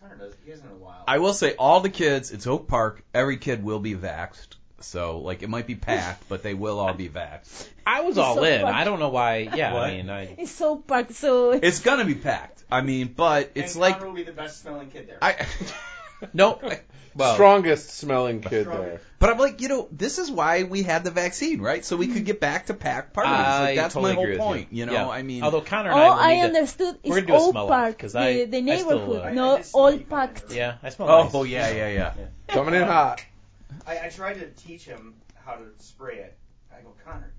Connor does. He hasn't in a while.
I will say, all the kids. It's Oak Park. Every kid will be vaxxed. So, like, it might be packed, but they will all be vaxxed.
I was
It's
all
so
in.
funny.
I don't know why. Yeah.
What?
I mean, I,
It's so packed. So
It's gonna be packed. I mean, but
And
it's like
Connor will be the best smelling kid there.
I.
no. Well,
Strongest smelling kid there.
But I'm like, you know, this is why we had the vaccine, right? So we could get back to packed parties.
Hmm. I
Like, that's
totally
my whole
agree with
point. You know,
Yeah.
I mean,
although Connor and
all Oh,
I,
I,
will need
understood
we're
is
gonna do a
Old
smell-off,
Park,
'cause
the,
I-
the
I still,
neighborhood,
uh,
I- I
not
just
all
like-
packed.
to, yeah, I smell.
oh
nice.
yeah, yeah, yeah.
Coming in hot.
I, I tried to teach him how to spray it. I go, Connor,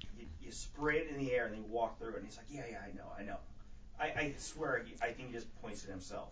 you, you, you spray it in the air and then you walk through it. And he's like, Yeah, yeah, I know, I know. I, I swear, he, I think he just points at himself.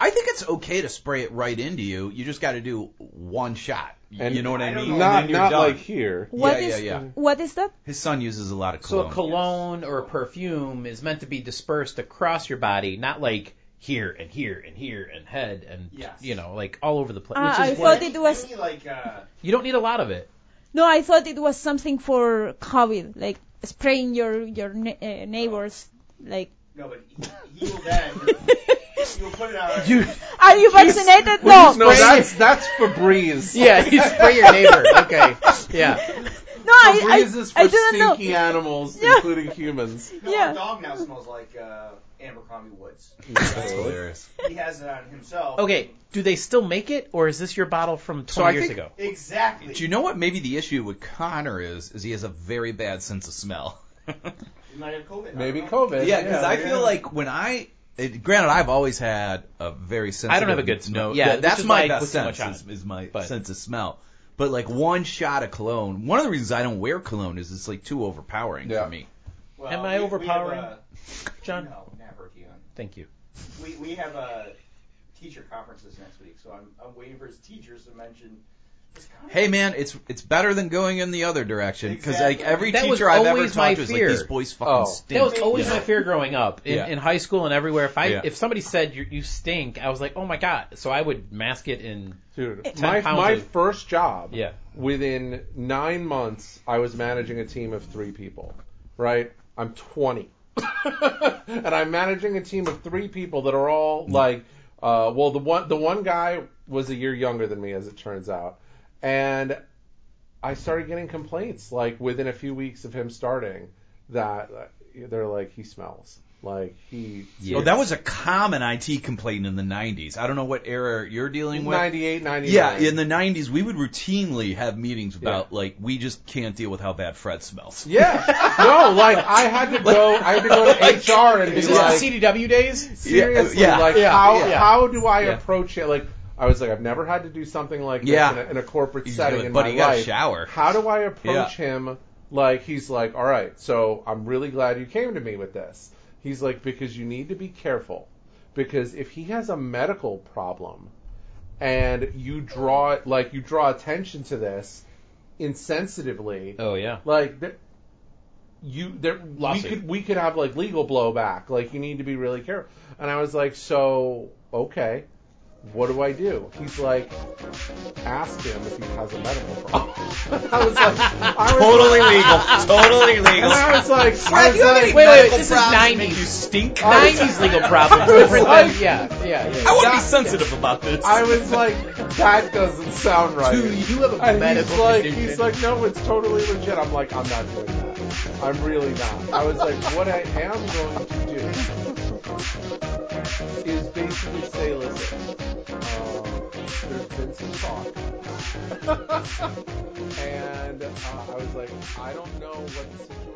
I think it's okay to spray it right into you. You just got to do one shot.
And-
you know what I,
I don't
mean?
know.
Not
And then you're
not
done.
like here.
What
yeah,
is-
yeah, yeah.
What is that?
His son uses a lot of
So
cologne.
a cologne or a perfume is meant to be dispersed across your body, not like here and here and here and head and
Yes.
you know, like all over the place.
Ah,
which
I
is
thought
what,
it was-
Any, like, uh,
you don't need a lot of it.
No, I thought it was something for COVID, like spraying your your ne- uh, neighbors. Like,
no, but he, he will then he'll put it out.
are you vaccinated? No,
No, that's that's Febreze.
Yeah, you spray your neighbor. Okay. Yeah.
no, I,
Febreze is
I, I
for
didn't know.
stinky animals,
Yeah.
including humans.
No,
Yeah.
Our dog now smells like uh, Abercrombie Woods.
That's hilarious.
He has it on himself.
Okay. Do they still make it, or is this your bottle from 20
So I
years
think-
ago?
Exactly.
Do you know what? Maybe the issue with Connor is is he has a very bad sense of smell.
He might have COVID. I don't
Maybe
know.
COVID.
Yeah, because I
yeah.
feel like when I, it, granted, I've always had a very sensitive.
I don't have a good smell.
No,
Yeah,
that-
which
that's
is why
my
I
best
put so much
sense
on
is, is my
But-
sense of smell. But like one shot of cologne, one of the reasons I don't wear cologne is it's like too overpowering
Yeah.
for me.
Well,
Am I
we- we have
overpowering,
a-
John,
No, never, Dion.
thank you.
We, we have uh, teacher conferences next week, so I'm, I'm waiting for his teachers to mention. this conference.
Hey man, it's it's better than going in the other direction because
Exactly.
like every
That was
teacher I've ever
always my
talked to is
fear.
like these boys fucking
Oh.
stink.
That was always my fear growing up in,
Yeah.
in high school and everywhere. If I
Yeah.
if somebody said you, you stink, I was like, oh my god. So I would mask it in.
Dude,
10
my,
pounds
my
of-
first job,
Yeah.
within nine months, I was managing a team of three people, right? I'm 20. and I'm managing a team of three people that are
Mm.
all like, uh, well, the one, the one guy was a year younger than me, as it turns out. And I started getting complaints, like, within a few weeks of him starting, that uh, they're like, he smells. Like, he.
Oh, that was a common IT complaint in the 90s. I don't know what era you're dealing with.
98, 99.
Yeah, in the 90s, we would routinely have meetings about, like, we just can't deal with how bad Fred smells.
Yeah. No, like I had to go. I had to go to HR and be
Is
like,
this the CDW days?
seriously,
Yeah,
like
yeah,
how
yeah.
how do I
Yeah.
approach it? Like I was like, I've never had to do something like this
Yeah.
in, a, in a corporate
You just
setting
go,
in
"Buddy,
my
you gotta
life.
shower."
How do I approach him? Like he's like, all right, so I'm really glad you came to me with this. He's like, because you need to be careful, because if he has a medical problem, and you draw like you draw attention to this insensitively,
Oh yeah.
like th- you there we
Lawsuit.
could we could have like legal blowback like you need to be really careful and i was like so okay what do i do he's like ask him if he has a medical problem i was like I was
Totally
like,
legal. Totally
and
legal.
i was like I was like,
Wait, wait, this is 90s.
Stink. I
90s legal problems. Different than, yeah, yeah, yeah.
want to be
That-
sensitive about this.
I was like, that doesn't sound right.
Dude, you have a
and
medical
he's like,
condition.
He's like, no, it's totally legit. I'm like, I'm not doing that. I'm really not. I was like, what I am going to do is basically say, listen, um, there's been some talk. and uh, I was like, I don't know what the situation Oh,